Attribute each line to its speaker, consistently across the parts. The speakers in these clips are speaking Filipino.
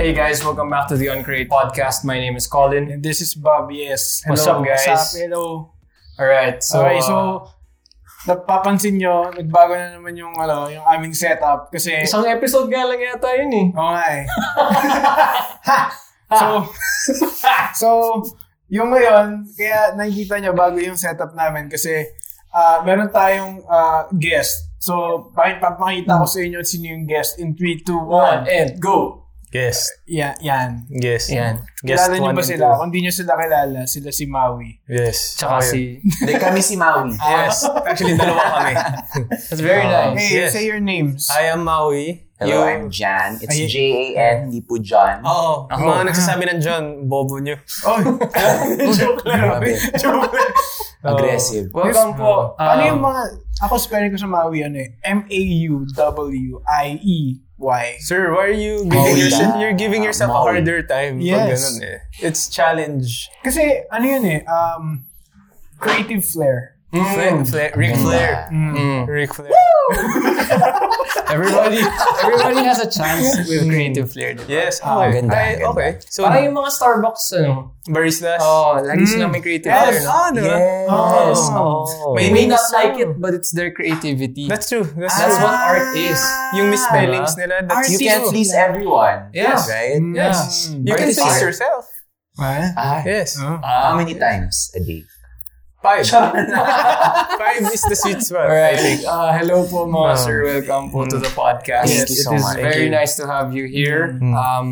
Speaker 1: Hey guys, welcome back to the Uncreate podcast. My name is Colin.
Speaker 2: And this is Bob, yes.
Speaker 1: What's up, guys?
Speaker 2: What's up? Hello.
Speaker 1: All right, so
Speaker 2: okay, so,
Speaker 1: uh,
Speaker 2: napapansin nyo, nagbago na naman yung, ano, yung aming setup. Kasi,
Speaker 1: isang episode nga lang yata yun eh.
Speaker 2: oo nga eh. so, so, yung ngayon, kaya nakikita nyo bago yung setup namin kasi ah, meron tayong ah, guest. So, pakipapakita ko sa inyo sino yung guest in 3, 2,
Speaker 1: One
Speaker 2: 1.
Speaker 1: and go.
Speaker 3: Guest.
Speaker 2: Yeah, yan.
Speaker 3: Guest.
Speaker 1: Yan.
Speaker 3: Guest
Speaker 2: kilala nyo
Speaker 3: one
Speaker 2: ba
Speaker 3: and
Speaker 2: sila?
Speaker 3: two.
Speaker 2: Kung di nyo sila kilala, sila si Maui.
Speaker 3: Yes.
Speaker 1: Tsaka si...
Speaker 3: Okay.
Speaker 4: Hindi, kami si Maui.
Speaker 1: Yes.
Speaker 3: Actually, dalawa kami.
Speaker 1: That's very
Speaker 3: Uh,
Speaker 1: nice.
Speaker 2: Hey,
Speaker 3: Yes.
Speaker 2: say your names.
Speaker 3: I am Maui.
Speaker 4: Hello, I'm Jan. It's
Speaker 2: Ay-
Speaker 4: J-A-N, hindi po John.
Speaker 3: Oo.
Speaker 1: Ako.
Speaker 3: Mga nagsasabi ng John, bobo nyo.
Speaker 2: Oh, joke lang.
Speaker 4: Grabe.
Speaker 2: joke lang.
Speaker 4: Aggressive.
Speaker 1: Welcome po. Um,
Speaker 2: ano yung mga, ako spelling ko sa Maui, ano eh, E M-A-U-W-I-E-Y.
Speaker 3: Sir, why are you
Speaker 4: Maui
Speaker 3: giving yourself,
Speaker 4: na.
Speaker 3: you're giving yourself a
Speaker 4: Maui.
Speaker 3: harder time pag
Speaker 2: Yes.
Speaker 3: ganun eh. It's challenge.
Speaker 2: Kasi, ano yun eh, um, creative flair.
Speaker 3: Fla- Fla- Ric
Speaker 4: Ganda.
Speaker 3: Flair.
Speaker 1: Mm.
Speaker 3: Ric Flair.
Speaker 1: Everybody, everybody has a chance with creative flair. di ba?
Speaker 3: Yes.
Speaker 2: Ah,
Speaker 3: Okay.
Speaker 4: ganda,
Speaker 3: Ay,
Speaker 4: ganda.
Speaker 3: okay. So,
Speaker 1: Mm. Parang yung mga Starbucks, ano?
Speaker 3: baristas.
Speaker 1: Oh, lagi
Speaker 2: Mm.
Speaker 1: silang may creative
Speaker 2: Yes.
Speaker 1: flair. no?
Speaker 3: Ah, diba?
Speaker 4: Yes.
Speaker 2: Yes.
Speaker 3: Oh.
Speaker 1: They
Speaker 3: May
Speaker 1: may
Speaker 3: name
Speaker 1: not
Speaker 3: is-
Speaker 1: like it, but it's their creativity.
Speaker 3: That's true. That's,
Speaker 4: Ah.
Speaker 1: That's
Speaker 3: true.
Speaker 1: what art is.
Speaker 3: Ah. Yung misspellings nila. That's,
Speaker 4: You can't please everyone.
Speaker 1: Yeah.
Speaker 4: Right?
Speaker 3: yes.
Speaker 2: Mm.
Speaker 3: You
Speaker 4: Art
Speaker 3: can
Speaker 4: is
Speaker 3: please
Speaker 4: art.
Speaker 3: yourself.
Speaker 2: Ah,
Speaker 4: Ah,
Speaker 3: Yes.
Speaker 2: oh.
Speaker 4: How many times a day?
Speaker 3: Five. Five is the sweet
Speaker 1: All
Speaker 3: spot.
Speaker 1: right. Uh, hello po mga
Speaker 2: Oh.
Speaker 3: Ah.
Speaker 1: sir. Welcome po to the podcast.
Speaker 4: Thank you
Speaker 1: It
Speaker 4: so
Speaker 1: is very
Speaker 4: much.
Speaker 3: Mm. Thank you.
Speaker 1: nice to have you here.
Speaker 3: Mm.
Speaker 1: Um,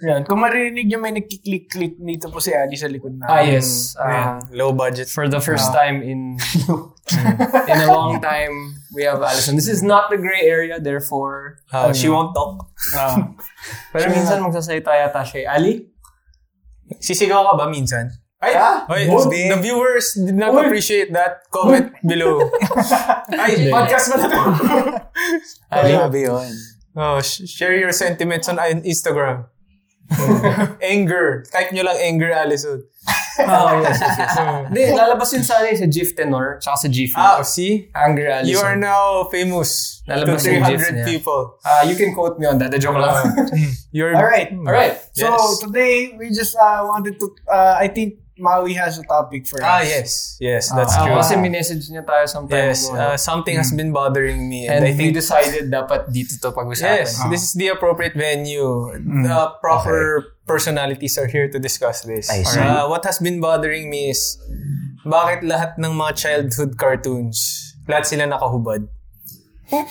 Speaker 2: Yan. Kung maririnig nyo, may nagkiklik-klik dito po si Ali sa likod na.
Speaker 1: ah, yes. Uh,
Speaker 3: Ayan, Mm, low budget.
Speaker 1: for the first time in in a long time, we have Alison. This is not the gray area, therefore. Um,
Speaker 3: Uh, she won't talk.
Speaker 2: Ah.
Speaker 1: Pero minsan magsasalita yata siya. eh. Ali?
Speaker 3: Sisigaw ka ba minsan? Ay,
Speaker 4: Ah,
Speaker 3: Oy,
Speaker 4: bold.
Speaker 3: the viewers did not
Speaker 2: Uy.
Speaker 3: appreciate that. Comment below. Ay, podcast mo na to.
Speaker 1: Ali?
Speaker 4: Grabe yun.
Speaker 3: Oh, sh- share your sentiments on on Instagram. anger. Type nyo lang anger, Ah, Alison.
Speaker 1: Oh, yes, yes, yes. Hindi, lalabas yun sa, ano, sa GIF Tenor, tsaka sa GIF.
Speaker 3: Ah, see?
Speaker 1: Angry Alison.
Speaker 3: You are now famous to
Speaker 1: Lalabas yung gifs
Speaker 3: 300
Speaker 1: niya.
Speaker 3: people.
Speaker 1: Ah, you can quote me on that. The joke
Speaker 3: Ah,
Speaker 1: lang.
Speaker 3: You're,
Speaker 2: Alright.
Speaker 1: Alright.
Speaker 2: So,
Speaker 3: Yes.
Speaker 2: today, we just uh, wanted to, uh, I think Maui has a topic for us.
Speaker 3: Ah, yes. Yes, that's
Speaker 1: Ah,
Speaker 3: true.
Speaker 1: Kasi minessage niya tayo sometime
Speaker 3: Yes,
Speaker 1: ago.
Speaker 3: uh, something has been bothering me.
Speaker 1: And
Speaker 3: And, I
Speaker 1: we
Speaker 3: think
Speaker 1: decided dapat dito to pag-usapan. Ah.
Speaker 3: Yes, this is the appropriate venue. The proper personalities are here to discuss this.
Speaker 4: I see.
Speaker 3: Uh, what has been bothering me is bakit lahat ng mga childhood cartoons, lahat sila nakahubad?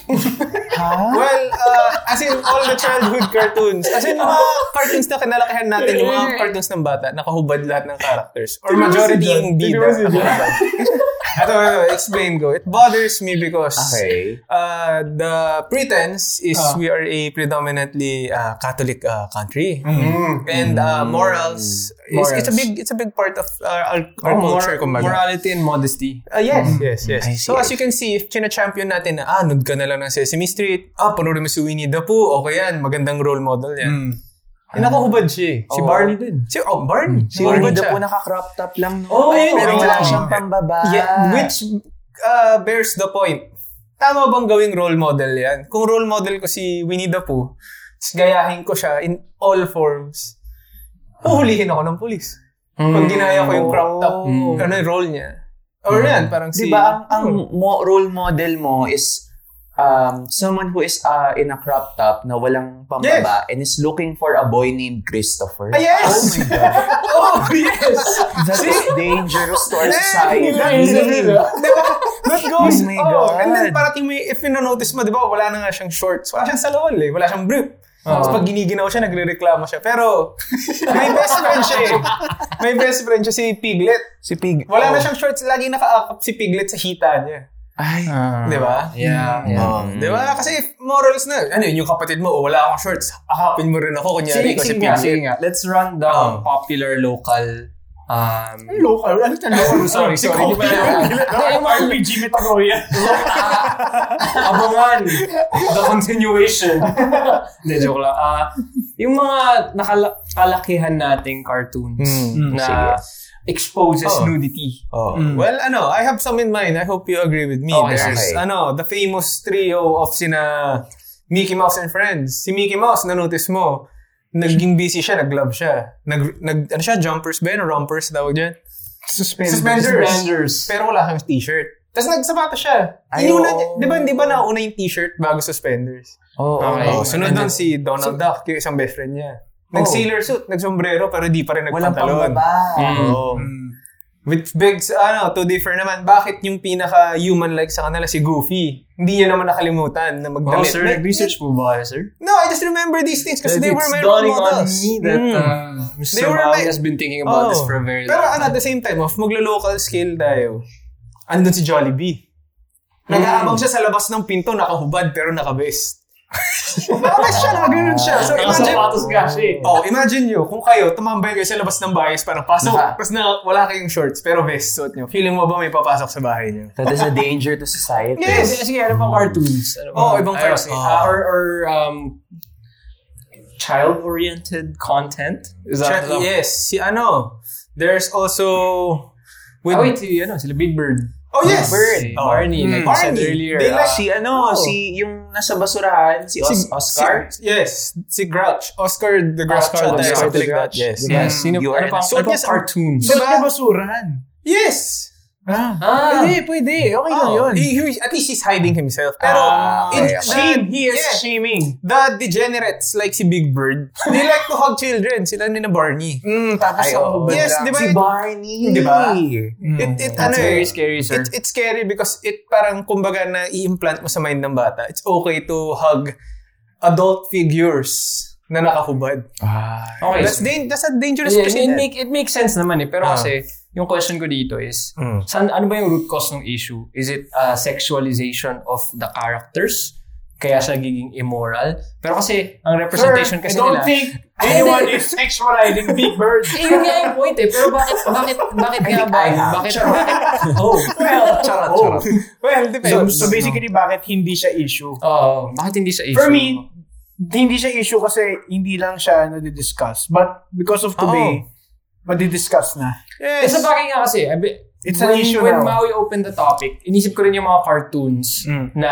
Speaker 3: Well, uh, as in all the childhood cartoons. As in mga cartoons na kinalakihan natin, yung mga cartoons ng bata, nakahubad lahat ng characters. Or majority yung bida. nakahubad. Ito, ito, explain ko. It bothers me because
Speaker 4: Okay.
Speaker 3: uh, the pretense is
Speaker 2: Ah.
Speaker 3: we are a predominantly uh, Catholic uh, country, and uh, morals, is- It's, a
Speaker 2: Mm-hmm. Morals.
Speaker 3: big it's a big part of uh, our, our
Speaker 1: Oh,
Speaker 3: culture.
Speaker 1: mor-
Speaker 3: kumbaga.
Speaker 1: morality and modesty.
Speaker 3: Ah, yes,
Speaker 2: Mm-hmm.
Speaker 3: yes, yes.
Speaker 4: I see,
Speaker 3: So
Speaker 4: I
Speaker 3: as you can see, if china-champion natin na, ah, nude ka na lang ng Sesame Street, ah, panoorin mo si Winnie the Pooh, okay yan, magandang role model yan.
Speaker 2: Mm.
Speaker 3: Eh, nakahubad siya eh.
Speaker 1: Si Barney din.
Speaker 3: Si, oh, Barney.
Speaker 4: Si Winnie
Speaker 3: Hubad
Speaker 4: the
Speaker 3: siya.
Speaker 4: Pooh naka-crop top lang.
Speaker 3: Oh,
Speaker 4: No?
Speaker 3: yun,
Speaker 4: Pero
Speaker 3: yun.
Speaker 4: wala
Speaker 3: Oh.
Speaker 4: siyang pambaba.
Speaker 3: Yeah, which uh, bears the point. Tama bang gawing role model yan? Kung role model ko si Winnie the Pooh, tas gayahin ko siya in all forms, uhulihin ako ng pulis. Pag ginaya ko yung crop top,
Speaker 1: Mm.
Speaker 3: ano yung role niya. Or yan, parang si...
Speaker 4: Oh. Di ba, ang, ang
Speaker 3: hmm.
Speaker 4: mo, role model mo is um, someone who is uh, in a crop top na walang pambaba and is looking for a boy named Christopher.
Speaker 3: Ah, yes!
Speaker 4: Oh my God.
Speaker 3: Oh, yes!
Speaker 4: That is dangerous to our
Speaker 3: Eh,
Speaker 4: society.
Speaker 3: That goes,
Speaker 4: Oh my
Speaker 3: oh,
Speaker 4: God.
Speaker 3: and then parating may, if notice mo, di ba, wala na nga siyang shorts. Wala siyang salawal eh. Wala siyang brief.
Speaker 4: Oh.
Speaker 3: Tapos pag giniginaw siya, nagre-reklamo siya. Pero, may best friend siya eh. May best friend siya, si Piglet.
Speaker 4: Si Pig.
Speaker 3: Wala na
Speaker 4: Oh.
Speaker 3: siyang shorts. Laging nakaakap si Piglet sa hita niya.
Speaker 4: Ay.
Speaker 1: ah,
Speaker 3: Di ba?
Speaker 1: Yeah. yeah.
Speaker 4: Oh,
Speaker 3: Di ba? Kasi morals na. Ano yun, yung kapatid mo, oh, wala akong shorts. Akapin mo rin ako, kunyari
Speaker 1: Sige,
Speaker 3: ko si
Speaker 1: sige nga, sige
Speaker 3: Piglet.
Speaker 1: nga. Let's run down
Speaker 3: Oh.
Speaker 1: popular local um, Oh,
Speaker 2: Local. Ano yung local?
Speaker 1: Sorry,
Speaker 3: si
Speaker 1: sorry.
Speaker 3: Cobra.
Speaker 2: RPG Metagoya.
Speaker 1: Abangan the continuation. Hindi, joke lang. Ah, yung mga nakalakihan nating cartoons
Speaker 3: Hmm.
Speaker 1: na exposes
Speaker 3: Oh.
Speaker 1: nudity.
Speaker 4: Oh.
Speaker 3: Well, ano, I have some in mind. I hope you agree with me.
Speaker 1: Okay,
Speaker 3: There's,
Speaker 4: okay.
Speaker 3: ano, the famous trio of sina Mickey Mouse and Friends. Si Mickey Mouse, nanotice mo, Naging busy siya, nag-glove siya. Nag, nag, ano siya, jumpers ba yun? Rompers tawag dyan?
Speaker 2: Suspenders.
Speaker 1: Suspenders.
Speaker 3: Pero wala kang t-shirt. Tapos nagsapata siya.
Speaker 4: Ay,
Speaker 3: Inuna,
Speaker 4: oo.
Speaker 3: di ba, di ba nauna yung t-shirt bago suspenders?
Speaker 4: Oo.
Speaker 1: Okay.
Speaker 3: Oo, sunod nun
Speaker 4: Ano?
Speaker 3: si Donald Duck, yung isang best friend niya. Nag-sailor suit, nag-sombrero, pero di pa rin
Speaker 4: Oh. Walang
Speaker 3: nagpantalon.
Speaker 4: pambaba.
Speaker 1: Mm.
Speaker 4: Oo.
Speaker 2: Mm.
Speaker 3: With Bigs, ano, to differ naman. Bakit yung pinaka-human-like sa kanila si Goofy? Hindi niya naman nakalimutan na
Speaker 1: Oh,
Speaker 3: magdamit.
Speaker 1: sir,
Speaker 3: But-
Speaker 1: nag-research po ba kayo, sir?
Speaker 3: No, I just remember these things kasi they were my role
Speaker 1: dawning on
Speaker 3: models.
Speaker 1: me that
Speaker 3: Mm.
Speaker 1: uh, Mr.
Speaker 3: They were
Speaker 1: Maui
Speaker 3: my-
Speaker 1: has been thinking about
Speaker 3: Oh.
Speaker 1: this for a very
Speaker 3: Pero
Speaker 1: long
Speaker 3: ano, at the same time, of maglo-local scale tayo, andun si Jollibee.
Speaker 1: Mm.
Speaker 3: Nag-aabang siya sa labas ng pinto, nakahubad, pero nakabest. nakabest siya, nakaganoon siya. So imagine,
Speaker 1: Nakasapatos ka siya eh.
Speaker 3: oh, imagine nyo, kung kayo, tumambay kayo sa labas ng bahay, parang pasok,
Speaker 4: Naka-
Speaker 3: tapos na, wala kayong shorts, pero vest suot nyo. Feeling mo ba may papasok sa bahay nyo?
Speaker 4: That is a danger to society.
Speaker 1: Yes! Sige, ano pang cartoons? Ano
Speaker 3: Oh,
Speaker 1: pang-
Speaker 3: ibang
Speaker 1: Ayun,
Speaker 3: cartoons.
Speaker 1: ah, or or um, child-oriented content? Is that
Speaker 3: Check- yes, si ano, there's also... With,
Speaker 1: Oh, wait, si, ano, sila Big Bird.
Speaker 3: Oh, yes!
Speaker 1: Bird.
Speaker 3: Oh.
Speaker 1: Barney, like you said
Speaker 3: Barney.
Speaker 1: earlier.
Speaker 3: They like-
Speaker 4: Si
Speaker 3: Oh.
Speaker 4: ano, si yung nasa basurahan, si, Os- Oscar.
Speaker 3: Si, yes, si Grouch. Oscar the Grouch.
Speaker 1: Oscar the
Speaker 3: Oscar,
Speaker 1: Grouch.
Speaker 3: the Grouch.
Speaker 4: Yes.
Speaker 1: Yes,
Speaker 4: Mm.
Speaker 1: sino,
Speaker 4: You
Speaker 1: ah, ano
Speaker 4: are
Speaker 1: pang,
Speaker 3: an-
Speaker 1: ano pang
Speaker 3: Yes,
Speaker 1: cartoons?
Speaker 2: Sa mga basurahan.
Speaker 3: Yes!
Speaker 2: Diba? Ah.
Speaker 1: Ah,
Speaker 2: Pwede, pwede. Okay lang
Speaker 3: Oh,
Speaker 2: yun.
Speaker 3: he- he- at least he's hiding himself. Pero,
Speaker 4: Ano Ah,
Speaker 3: in,
Speaker 4: okay, okay.
Speaker 3: shame, he is
Speaker 2: shaming.
Speaker 3: The degenerates like si Big Bird, they like to hug children. Sila ni na Barney.
Speaker 2: Mm, tapos
Speaker 4: Ay,
Speaker 2: ako
Speaker 4: oo.
Speaker 2: ba?
Speaker 3: Yes, di ba?
Speaker 4: Si
Speaker 3: it-
Speaker 4: Barney.
Speaker 3: Di ba?
Speaker 2: Mm.
Speaker 3: It, it,
Speaker 1: that's
Speaker 3: ano eh,
Speaker 1: very scary, sir.
Speaker 3: it, it's scary because it parang kumbaga na i-implant mo sa mind ng bata. It's okay to hug adult figures na nakakubad.
Speaker 1: okay,
Speaker 3: That's, dan- that's a dangerous
Speaker 1: Yeah, it,
Speaker 3: precedent.
Speaker 1: make, it makes sense naman eh. Pero
Speaker 3: Ah.
Speaker 1: kasi, yung question ko dito is,
Speaker 3: Mm.
Speaker 1: saan, ano ba yung root cause ng issue? Is it uh, sexualization of the characters? Kaya siya nagiging immoral? Pero kasi, ang representation kasi
Speaker 2: I don't
Speaker 1: nila...
Speaker 2: think anyone is sexualizing Big Bird.
Speaker 1: Eh, yun nga yung point eh. Pero bakit, bakit, bakit nga
Speaker 4: think
Speaker 1: ba?
Speaker 4: I have.
Speaker 1: Bakit, bakit? Oh, well, charot, charot.
Speaker 3: Well,
Speaker 2: So,
Speaker 3: depends.
Speaker 2: oh. so basically, bakit hindi siya issue?
Speaker 1: Oh, bakit hindi siya issue?
Speaker 2: For me, hindi siya issue kasi hindi lang siya nadidiscuss. But because of today, madidiscuss na.
Speaker 3: yes.
Speaker 1: Yes. Sa bagay nga kasi, abi-
Speaker 2: It's
Speaker 1: when,
Speaker 2: an issue
Speaker 1: when
Speaker 2: now.
Speaker 1: Maui opened the topic, inisip ko rin yung mga cartoons
Speaker 3: Mm.
Speaker 1: na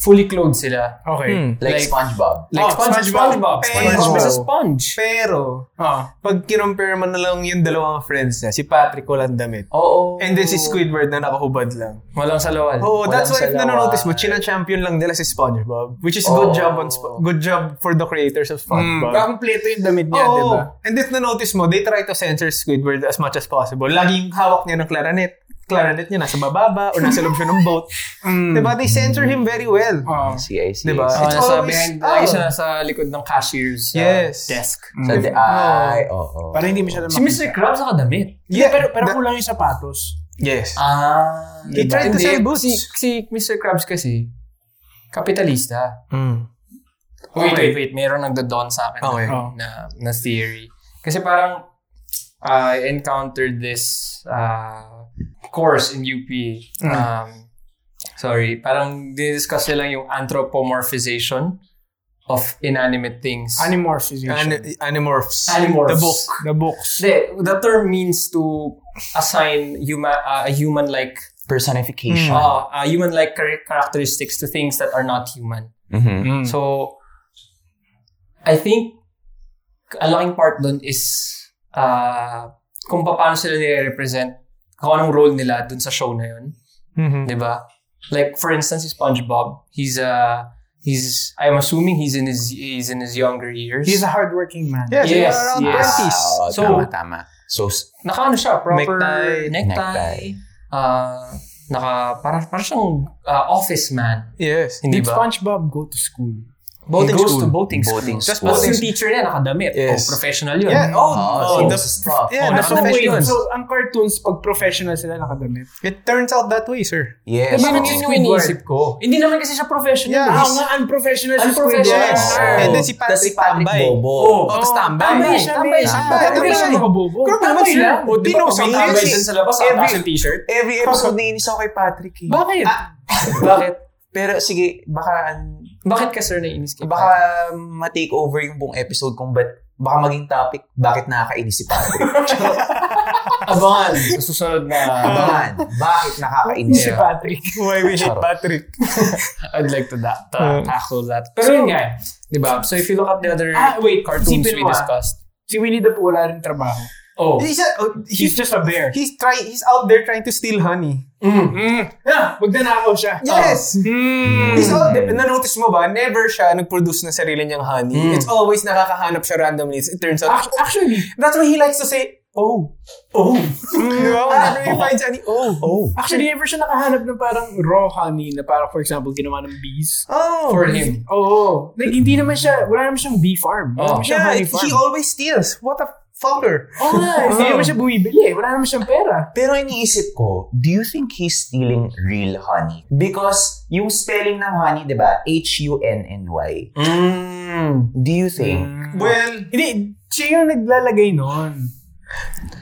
Speaker 1: fully clothed sila.
Speaker 2: Okay.
Speaker 3: Hmm.
Speaker 4: Like,
Speaker 1: Like-
Speaker 4: SpongeBob.
Speaker 1: Like
Speaker 3: Oh,
Speaker 1: Sponge, SpongeBob.
Speaker 3: SpongeBob.
Speaker 1: SpongeBob is a sponge.
Speaker 3: Pero,
Speaker 2: Ah.
Speaker 3: pag kinumpare mo na lang yung dalawang friends niya, si Patrick walang damit.
Speaker 1: Oo.
Speaker 3: And then si Squidward na nakahubad lang.
Speaker 1: Walang salawal.
Speaker 3: Oh,
Speaker 4: Oh. Walang
Speaker 3: that's why if
Speaker 4: salawan.
Speaker 3: nanonotice mo, china-champion lang nila si SpongeBob. Which is
Speaker 4: Oh.
Speaker 3: good job on Spo- good job for the creators of SpongeBob.
Speaker 2: Kakompleto Hmm. yung damit niya, diba?
Speaker 3: Oo.
Speaker 2: di ba?
Speaker 3: diba? And if nanotice mo, they try to censor Squidward as much as possible. Laging hawak niya ng clarinet. Clarinet niya nasa bababa or nasa loob siya ng boat.
Speaker 2: Hmm.
Speaker 3: Di
Speaker 2: Diba?
Speaker 3: ba? They censor him very well.
Speaker 2: Ah.
Speaker 4: Si IC.
Speaker 3: Di ba?
Speaker 1: Oh,
Speaker 3: It's
Speaker 1: nasa
Speaker 3: always-
Speaker 1: behind,
Speaker 3: oh.
Speaker 1: lagi siya nasa likod ng cashier's uh,
Speaker 3: Yes.
Speaker 1: desk.
Speaker 4: Sa de-
Speaker 3: Ah.
Speaker 4: ay, oo.
Speaker 2: Para hindi masyadong
Speaker 1: Si Mr. Krabs nakadamit.
Speaker 2: Yeah, pero pero
Speaker 3: that-
Speaker 2: kulang yung sapatos.
Speaker 3: Yes.
Speaker 1: Ah.
Speaker 3: He tried to
Speaker 1: Hindi,
Speaker 3: sell boots.
Speaker 1: Si, si Mr. Krabs kasi, kapitalista.
Speaker 4: Hmm.
Speaker 3: Mm.
Speaker 1: Wait,
Speaker 2: Okay.
Speaker 1: wait, wait. Meron nagda-dawn sa akin
Speaker 3: Okay.
Speaker 1: na, na, na theory. Kasi parang, uh, I encountered this uh, course in UP.
Speaker 3: Mm.
Speaker 1: Um, sorry, parang discuss nila yung anthropomorphization of inanimate things.
Speaker 2: Animorphization.
Speaker 3: Ani- Animorphs.
Speaker 1: Animorphs.
Speaker 3: The book.
Speaker 2: the books.
Speaker 1: Hindi, the term means to assign human uh, a human like
Speaker 4: Personification.
Speaker 1: uh, a human like characteristics to things that are not human.
Speaker 2: Hmm.
Speaker 4: Mhm.
Speaker 3: Hmm.
Speaker 1: So I think a laking part dun is uh, kung paano sila nire-represent kung anong role nila dun sa show na yun.
Speaker 3: Mhm.
Speaker 1: Di ba? Like, for instance, si SpongeBob, he's, uh, he's, I'm assuming he's in his, he's in his younger years.
Speaker 2: He's a hardworking man.
Speaker 3: Yes,
Speaker 1: Yes,
Speaker 3: around
Speaker 1: Hmm. yes.
Speaker 3: 20s.
Speaker 4: Ah, oo,
Speaker 1: So-
Speaker 4: tama, tama. So, s-
Speaker 1: naka ano siya, proper
Speaker 3: Necktie.
Speaker 1: necktie. Ah, naka, para, para siyang ah, office man.
Speaker 3: Yes.
Speaker 1: Hindi
Speaker 2: Did
Speaker 1: ba?
Speaker 2: SpongeBob go to school?
Speaker 1: Boating
Speaker 3: He
Speaker 1: goes
Speaker 3: goes
Speaker 1: to
Speaker 3: to
Speaker 1: boating school.
Speaker 4: Boating
Speaker 1: Tapos
Speaker 4: school.
Speaker 1: boating yung teacher niya nakadamit. Oh,
Speaker 3: Yes.
Speaker 1: professional yun.
Speaker 3: Yeah.
Speaker 2: Ah,
Speaker 3: Oh,
Speaker 4: oh,
Speaker 3: oh,
Speaker 4: so
Speaker 3: the-
Speaker 4: stuff.
Speaker 1: Oh,
Speaker 3: Yeah, that's
Speaker 2: so,
Speaker 3: what
Speaker 1: nakadamit
Speaker 2: wait,
Speaker 1: yun.
Speaker 2: so ang cartoons, pag professional sila nakadamit.
Speaker 3: It turns out that way, sir.
Speaker 1: Eh,
Speaker 4: Yes.
Speaker 1: bakit
Speaker 4: oo.
Speaker 1: yun yung iniisip ko? Hindi naman kasi siya professional. eh.
Speaker 3: Yeah.
Speaker 2: Ah, nga, unprofessional si Squidward.
Speaker 1: Unprofessional.
Speaker 3: Yes.
Speaker 4: Oo.
Speaker 3: And then si Patrick
Speaker 4: Tas si Patrick
Speaker 3: Tambay.
Speaker 4: Bobo.
Speaker 1: Oh,
Speaker 3: Oh, tapos
Speaker 1: tambay
Speaker 3: tambay.
Speaker 1: siya, tambay siya.
Speaker 4: Tambay.
Speaker 1: Tambay siya.
Speaker 2: mga bobo.
Speaker 3: Grabe naman
Speaker 2: Tambay
Speaker 3: sir.
Speaker 2: lang.
Speaker 1: O, di ba kung
Speaker 3: Yes.
Speaker 1: tambay dyan sa labas, ang taas yung t-shirt? Ah,
Speaker 4: Every episode naiinis ako kay Patrick. eh.
Speaker 1: Bakit? Bakit?
Speaker 4: Pero sige, baka an-
Speaker 1: Bakit ka sir naiinis ka?
Speaker 4: baka ma-take over yung buong episode kung ba't baka maging topic bakit nakakainis si Patrick. Abangan.
Speaker 1: Sa susunod na,
Speaker 4: Abangan. Bakit nakakainis?
Speaker 2: Si
Speaker 1: Yeah.
Speaker 2: Patrick.
Speaker 3: Why we hate
Speaker 4: Charot.
Speaker 3: Patrick?
Speaker 1: I'd like to da- ta-
Speaker 3: Mm.
Speaker 1: tackle that. Pero yun nga, di ba? So if you look at the other
Speaker 2: Ah, wait.
Speaker 1: cartoons
Speaker 2: isipin
Speaker 1: we
Speaker 2: mo ah.
Speaker 1: discussed,
Speaker 2: Si Winnie the Pooh wala rin trabaho.
Speaker 1: oh,
Speaker 3: He's, a- oh,
Speaker 2: He's
Speaker 3: he's,
Speaker 2: just a bear.
Speaker 3: he's, try, he's out there trying to steal honey.
Speaker 1: mm,
Speaker 2: Mm. Yeah, magnanakaw siya.
Speaker 3: Yes!
Speaker 2: Mm.
Speaker 3: He's all, nanotice mo ba, never siya nag-produce ng sarili niyang honey.
Speaker 1: Mm.
Speaker 3: It's always nakakahanap siya randomly. It turns out,
Speaker 2: Ac- Actually,
Speaker 3: that's why he likes to say, oh.
Speaker 2: oh.
Speaker 3: Di ba? Mm, Whenever he finds honey, oh. Oh.
Speaker 2: Actually, never siya nakahanap ng parang raw honey na parang, for example, ginawa ng bees.
Speaker 3: Oh.
Speaker 1: for him.
Speaker 2: Oo. Oh, like, hindi naman siya, wala naman siyang bee farm. Wala
Speaker 1: Oh.
Speaker 2: naman siyang
Speaker 3: Yeah,
Speaker 2: honey farm.
Speaker 3: he always steals. What a fucker.
Speaker 2: Oo nga, eh. hindi naman siya bumibili. eh. Wala naman siyang pera.
Speaker 4: Pero iniisip ko, do you think he's stealing real honey? Because yung spelling ng honey, di ba? H-U-N-N-Y.
Speaker 1: Mm.
Speaker 4: Do you think?
Speaker 3: Hmm. Well,
Speaker 2: Hindi, siya yung naglalagay nun.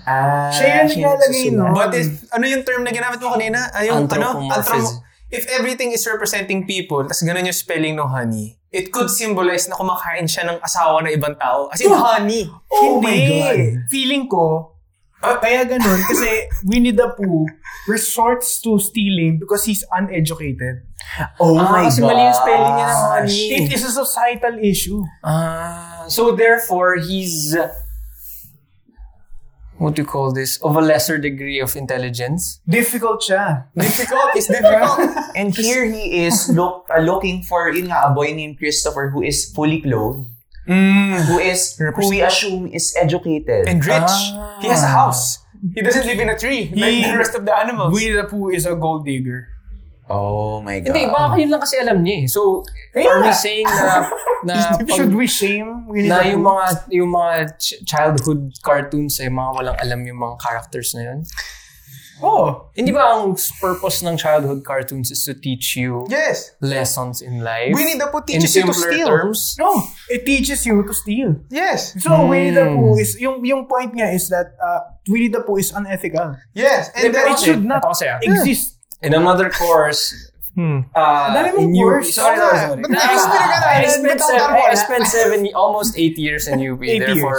Speaker 4: Ah,
Speaker 2: Siya yung nilalagay,
Speaker 4: nagsusulat.
Speaker 2: no?
Speaker 3: But if, ano yung term na ginamit mo kanina? Ay, yung ano?
Speaker 1: Anthropomorphism.
Speaker 3: Anthropo- if everything is representing people, tas ganun yung spelling ng honey, it could symbolize na kumakain siya ng asawa ng ibang tao. As in, honey.
Speaker 2: Oh
Speaker 3: Hindi.
Speaker 2: Feeling ko, ah, kaya ganun, kasi Winnie the Pooh resorts to stealing because he's uneducated.
Speaker 4: Oh
Speaker 1: Ah,
Speaker 4: my
Speaker 1: kasi
Speaker 4: God.
Speaker 1: mali yung spelling niya ng honey.
Speaker 2: It is a societal issue.
Speaker 1: Ah, so therefore, he's uh, what do you call this? Of a lesser degree of intelligence.
Speaker 2: Difficult siya.
Speaker 3: Difficult. It's difficult.
Speaker 4: And here he is look, uh, looking for yun nga, a boy named Christopher who is fully clothed,
Speaker 2: Mm.
Speaker 4: who is who we assume is educated.
Speaker 3: And rich.
Speaker 1: Ah.
Speaker 3: He has a house. He doesn't live in a tree like the rest of the animals.
Speaker 2: Winnie the Pooh is a gold digger.
Speaker 4: oh my God.
Speaker 1: Hindi, baka yun lang kasi alam niya eh. So, are we saying na, na, pag,
Speaker 2: Should we shame Winnie
Speaker 1: na
Speaker 2: the
Speaker 1: yung
Speaker 2: Pooh?
Speaker 1: mga, yung mga ch- childhood cartoons ay mga walang alam yung mga characters na yun?
Speaker 2: Oh,
Speaker 1: Hindi ba ang purpose ng childhood cartoons is to teach you
Speaker 3: yes.
Speaker 1: lessons in life?
Speaker 3: Winnie the Pooh
Speaker 1: in
Speaker 3: teaches you to
Speaker 1: simpler
Speaker 3: steal.
Speaker 1: terms?
Speaker 2: no. It teaches you to steal.
Speaker 3: Yes.
Speaker 2: So, Winnie the
Speaker 1: Hmm.
Speaker 2: Pooh is, yung, yung point niya is that uh, Winnie the Pooh is unethical.
Speaker 3: Yes. And then,
Speaker 2: it should not
Speaker 1: Ito kasi ah,
Speaker 2: exist.
Speaker 1: in another course, uh,
Speaker 2: Dami
Speaker 1: in
Speaker 2: mong
Speaker 1: U-
Speaker 2: course.
Speaker 1: Sorry,
Speaker 3: Oo
Speaker 1: sorry,
Speaker 3: nga.
Speaker 1: sorry.
Speaker 3: Ba't na-explain ka na?
Speaker 1: I
Speaker 3: Ba't
Speaker 1: spent,
Speaker 3: natatanggal
Speaker 1: seven,
Speaker 3: mo
Speaker 1: I
Speaker 3: na?
Speaker 1: spent seven, almost eight years in UP.
Speaker 2: Eight
Speaker 1: Therefore,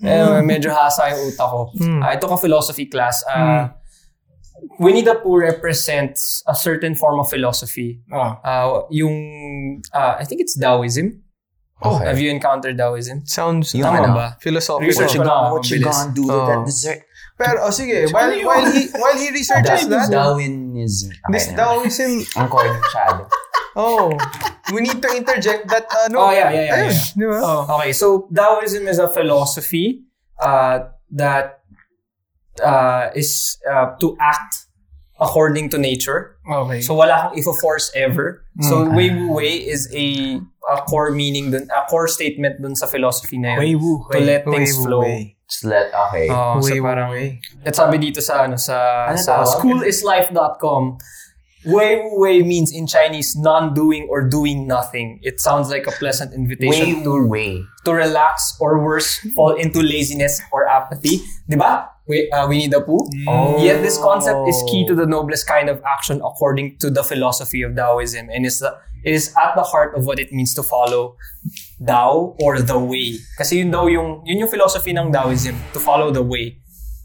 Speaker 2: years.
Speaker 1: eh, medyo hasa yung utak ko. Ah, I took a philosophy class. Uh, Winnie the Pooh represents a certain form of philosophy.
Speaker 2: Ah.
Speaker 1: Uh, yung, uh, I think it's Taoism.
Speaker 4: Okay.
Speaker 1: Have you encountered Taoism?
Speaker 3: Sounds
Speaker 4: Yung
Speaker 1: Tama
Speaker 4: ano?
Speaker 1: ba?
Speaker 3: philosophical.
Speaker 1: Research.
Speaker 4: What you gonna-
Speaker 1: Ah,
Speaker 4: what you
Speaker 1: mabilis.
Speaker 4: gonna do to
Speaker 3: Oh.
Speaker 4: that dessert?
Speaker 3: Pero, oh, sige. While, while, he, while he researches
Speaker 4: That
Speaker 3: that,
Speaker 4: Darwinism. Okay,
Speaker 3: this
Speaker 4: never mind.
Speaker 3: Taoism
Speaker 4: Ang corny masyado.
Speaker 3: Oh, we need to interject that
Speaker 1: Oh,
Speaker 3: ano.
Speaker 1: yeah, yeah, yeah,
Speaker 3: Ayun,
Speaker 1: yeah.
Speaker 3: di ba?
Speaker 4: Oh.
Speaker 1: Okay, so Taoism is a philosophy uh, that uh, is uh, to act according to nature.
Speaker 2: Okay.
Speaker 1: So wala kang ifo-force ever. So Wei Wu Wei is a, a core meaning dun, a core statement dun sa philosophy na yun.
Speaker 2: Woo.
Speaker 1: to let things flow.
Speaker 4: Just let, okay.
Speaker 1: Oo, Oh, so parang, at sabi dito sa, ano, sa,
Speaker 4: Ano
Speaker 1: sa
Speaker 4: tawag?
Speaker 1: schoolislife.com, Wei Wu Wei means in Chinese non-doing or doing nothing. It sounds like a pleasant
Speaker 4: way,
Speaker 1: invitation to
Speaker 4: way.
Speaker 1: to relax or worse,
Speaker 4: Hmm.
Speaker 1: fall into laziness or apathy. Di ba? We, uh, Winnie the Pooh.
Speaker 4: Oh.
Speaker 1: Yet this concept is key to the noblest kind of action according to the philosophy of Taoism and is the, it is at the heart of what it means to follow Tao or the way. Kasi yun daw yung, yun yung philosophy ng Taoism, to follow the way.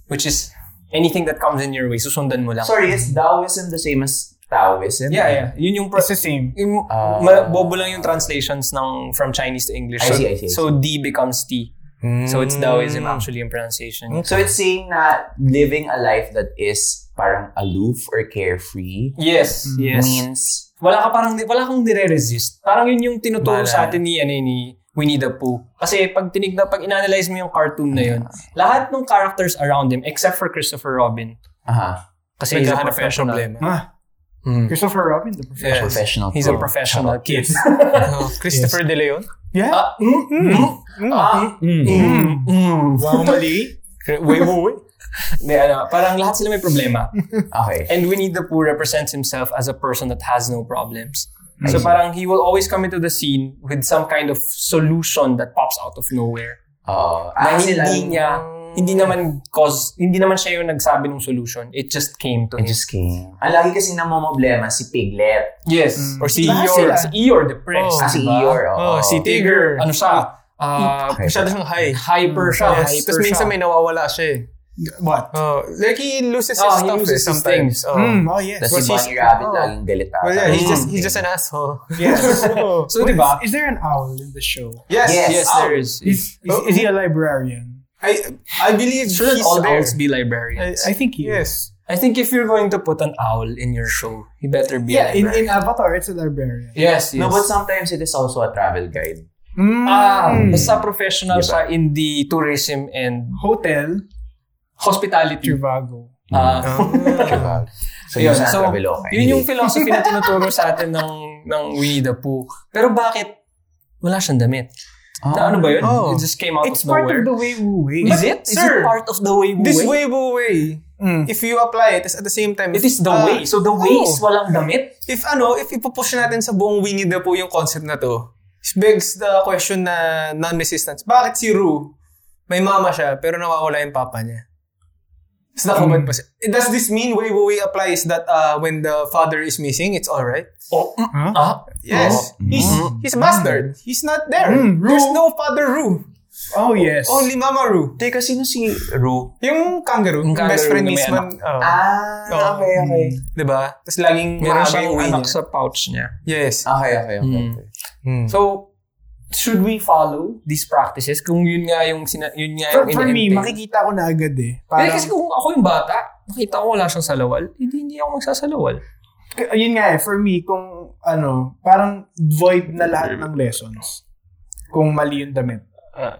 Speaker 1: Which is anything that comes in your way, susundan mo lang.
Speaker 4: Sorry, is Taoism the same as Taoism?
Speaker 1: Yeah, yeah. Yun yung pro-
Speaker 2: It's the same.
Speaker 1: yung,
Speaker 4: Ah.
Speaker 1: ma- bobo lang yung translations ng from Chinese to English.
Speaker 4: I
Speaker 1: so,
Speaker 4: see, I see, I see.
Speaker 1: so D becomes T. So it's Taoism actually in pronunciation.
Speaker 4: So it's saying na living a life that is parang aloof or carefree
Speaker 1: Yes, yes.
Speaker 4: means
Speaker 1: Wala ka parang wala kang nire-resist. Parang yun yung tinuturo
Speaker 3: Wala.
Speaker 1: sa atin ni ano ni Winnie the Pooh. Kasi pag tinignan, pag inanalyze mo yung cartoon na yun, lahat ng characters around him except for Christopher Robin
Speaker 4: aha,
Speaker 1: kasi he's a
Speaker 3: Naghahanap siya ng
Speaker 1: professional.
Speaker 3: problema.
Speaker 2: Ah,
Speaker 1: Mm.
Speaker 2: Christopher Robin, the professor.
Speaker 1: Yes.
Speaker 4: professional.
Speaker 1: He's a
Speaker 4: pro.
Speaker 1: professional kid.
Speaker 3: Oh, Christopher De Leon.
Speaker 2: Yeah.
Speaker 1: Ah, mm, mm, ah, mm, mm.
Speaker 2: wow, mali.
Speaker 3: Way, way.
Speaker 1: Hindi, ano, parang lahat sila may problema.
Speaker 4: Okay.
Speaker 1: And Winnie the Pooh represents himself as a person that has no problems. So parang he will always come into the scene with some kind of solution that pops out of nowhere. na
Speaker 4: Oo. Ah,
Speaker 1: hindi
Speaker 4: sila-
Speaker 1: niya, hindi naman cause, hindi naman siya yung nagsabi ng solution. It just came to
Speaker 4: I
Speaker 1: him.
Speaker 4: just came. Ang lagi kasi namomblema si Piglet.
Speaker 1: yes. Or si
Speaker 4: Lahat
Speaker 1: Eeyore,
Speaker 4: Diba? sila.
Speaker 1: si Eeyore depressed.
Speaker 4: Ah, si
Speaker 1: diba?
Speaker 4: Eeyore. oo.
Speaker 3: Oh, si Tigger.
Speaker 1: Ano siya? Uh,
Speaker 4: Okay.
Speaker 3: Masyadong high.
Speaker 1: Hyper siya.
Speaker 3: Yes.
Speaker 1: Hyper
Speaker 3: Tapos
Speaker 1: siya.
Speaker 3: minsan may nawawala siya eh.
Speaker 2: What?
Speaker 3: Oh, like he loses his
Speaker 1: Oh, he
Speaker 3: stuff
Speaker 1: loses
Speaker 3: eh,
Speaker 1: his
Speaker 3: sometimes. Oh.
Speaker 1: Hmm.
Speaker 2: Mm, oh, yes.
Speaker 4: Tapos si
Speaker 3: Well, she's-
Speaker 4: Bonnie Rabbit
Speaker 2: oh.
Speaker 4: laging galit ata.
Speaker 3: Well, yeah, he's
Speaker 4: Mm.
Speaker 3: just he's just an asshole.
Speaker 2: Yes.
Speaker 1: So,
Speaker 2: Wait,
Speaker 1: di ba?
Speaker 2: Is there an owl in the show?
Speaker 3: Yes, Ah.
Speaker 4: Yes.
Speaker 1: Yes, there is.
Speaker 2: Is,
Speaker 1: Oh,
Speaker 2: is, is he
Speaker 1: hmm.
Speaker 2: a librarian?
Speaker 3: I I believe
Speaker 1: Shouldn't
Speaker 3: he's
Speaker 1: all
Speaker 3: there.
Speaker 1: owls be
Speaker 3: I,
Speaker 1: librarians?
Speaker 2: I think he is.
Speaker 3: yes.
Speaker 1: I think if you're going to put an owl in your show, he better be a
Speaker 2: Yeah, in,
Speaker 1: librarian.
Speaker 2: in Avatar, it's a librarian.
Speaker 1: yes, yes.
Speaker 4: Hmm. No, but sometimes it is also a travel guide.
Speaker 2: Mm.
Speaker 1: Ah, basta professional
Speaker 4: Diba?
Speaker 1: siya in the tourism and
Speaker 2: Hotel,
Speaker 1: hospitality.
Speaker 2: Trivago.
Speaker 1: Ah.
Speaker 4: Diba? So,
Speaker 1: Yun,
Speaker 4: yun,
Speaker 1: so,
Speaker 4: travel okay.
Speaker 1: Yun yung philosophy na tinuturo sa atin ng, ng Winnie the Pooh. Pero bakit wala siyang damit? Na, ano ba yun?
Speaker 3: Oh.
Speaker 1: It just came out
Speaker 2: It's
Speaker 1: of
Speaker 2: part
Speaker 1: nowhere.
Speaker 2: of the way Wu Wei.
Speaker 1: is it? Is
Speaker 3: Sir,
Speaker 1: it part of the way we
Speaker 3: This
Speaker 1: way?
Speaker 3: way, boo way.
Speaker 2: Mm.
Speaker 3: If you apply it, is at the same time.
Speaker 1: It is the
Speaker 3: ah,
Speaker 1: way. So the way is walang damit?
Speaker 3: if ano, if
Speaker 1: Mm.
Speaker 3: ipupush natin sa buong Winnie the Pooh yung concept na to, it begs the question na non-resistance. Bakit si Roo, may mama siya, pero nawawala yung papa niya? It's the comment pa siya. Eh, Does this mean way way way applies that uh, when the father is missing, it's alright?
Speaker 1: Oh, mm,
Speaker 2: Huh?
Speaker 1: ah,
Speaker 3: Yes. He's, he's bastard. He's not there.
Speaker 2: Mm, Roo.
Speaker 3: There's no father Roo.
Speaker 2: Oh, yes.
Speaker 3: Only Mama Roo.
Speaker 4: Teka, sino si Roo?
Speaker 3: Yung kangaroo, yung
Speaker 1: Yung kangaroo
Speaker 3: best friend
Speaker 1: na
Speaker 3: ni
Speaker 1: may
Speaker 3: Isman. Oh.
Speaker 4: Ah,
Speaker 3: Oo.
Speaker 4: okay, okay.
Speaker 3: Diba? Tapos laging
Speaker 1: meron
Speaker 3: mahaba
Speaker 1: siyang
Speaker 3: yung uwi
Speaker 1: anak
Speaker 3: niya.
Speaker 1: sa pouch niya.
Speaker 3: Yes.
Speaker 4: Okay, okay, okay.
Speaker 1: Mm.
Speaker 4: okay.
Speaker 3: Mm.
Speaker 1: So, should we follow these practices? Kung yun nga yung, sina- yun nga
Speaker 2: For,
Speaker 1: yung
Speaker 2: for me,
Speaker 1: ini-entail.
Speaker 2: makikita ko na agad eh.
Speaker 1: Eh,
Speaker 2: Parang,
Speaker 1: kasi kung ako yung bata, nakita ko wala siyang salawal, hindi, hindi ako magsasalawal.
Speaker 2: K- yun nga eh, for me, kung ano, parang void na lahat ng lessons. Kung mali yung damit.
Speaker 1: Ah,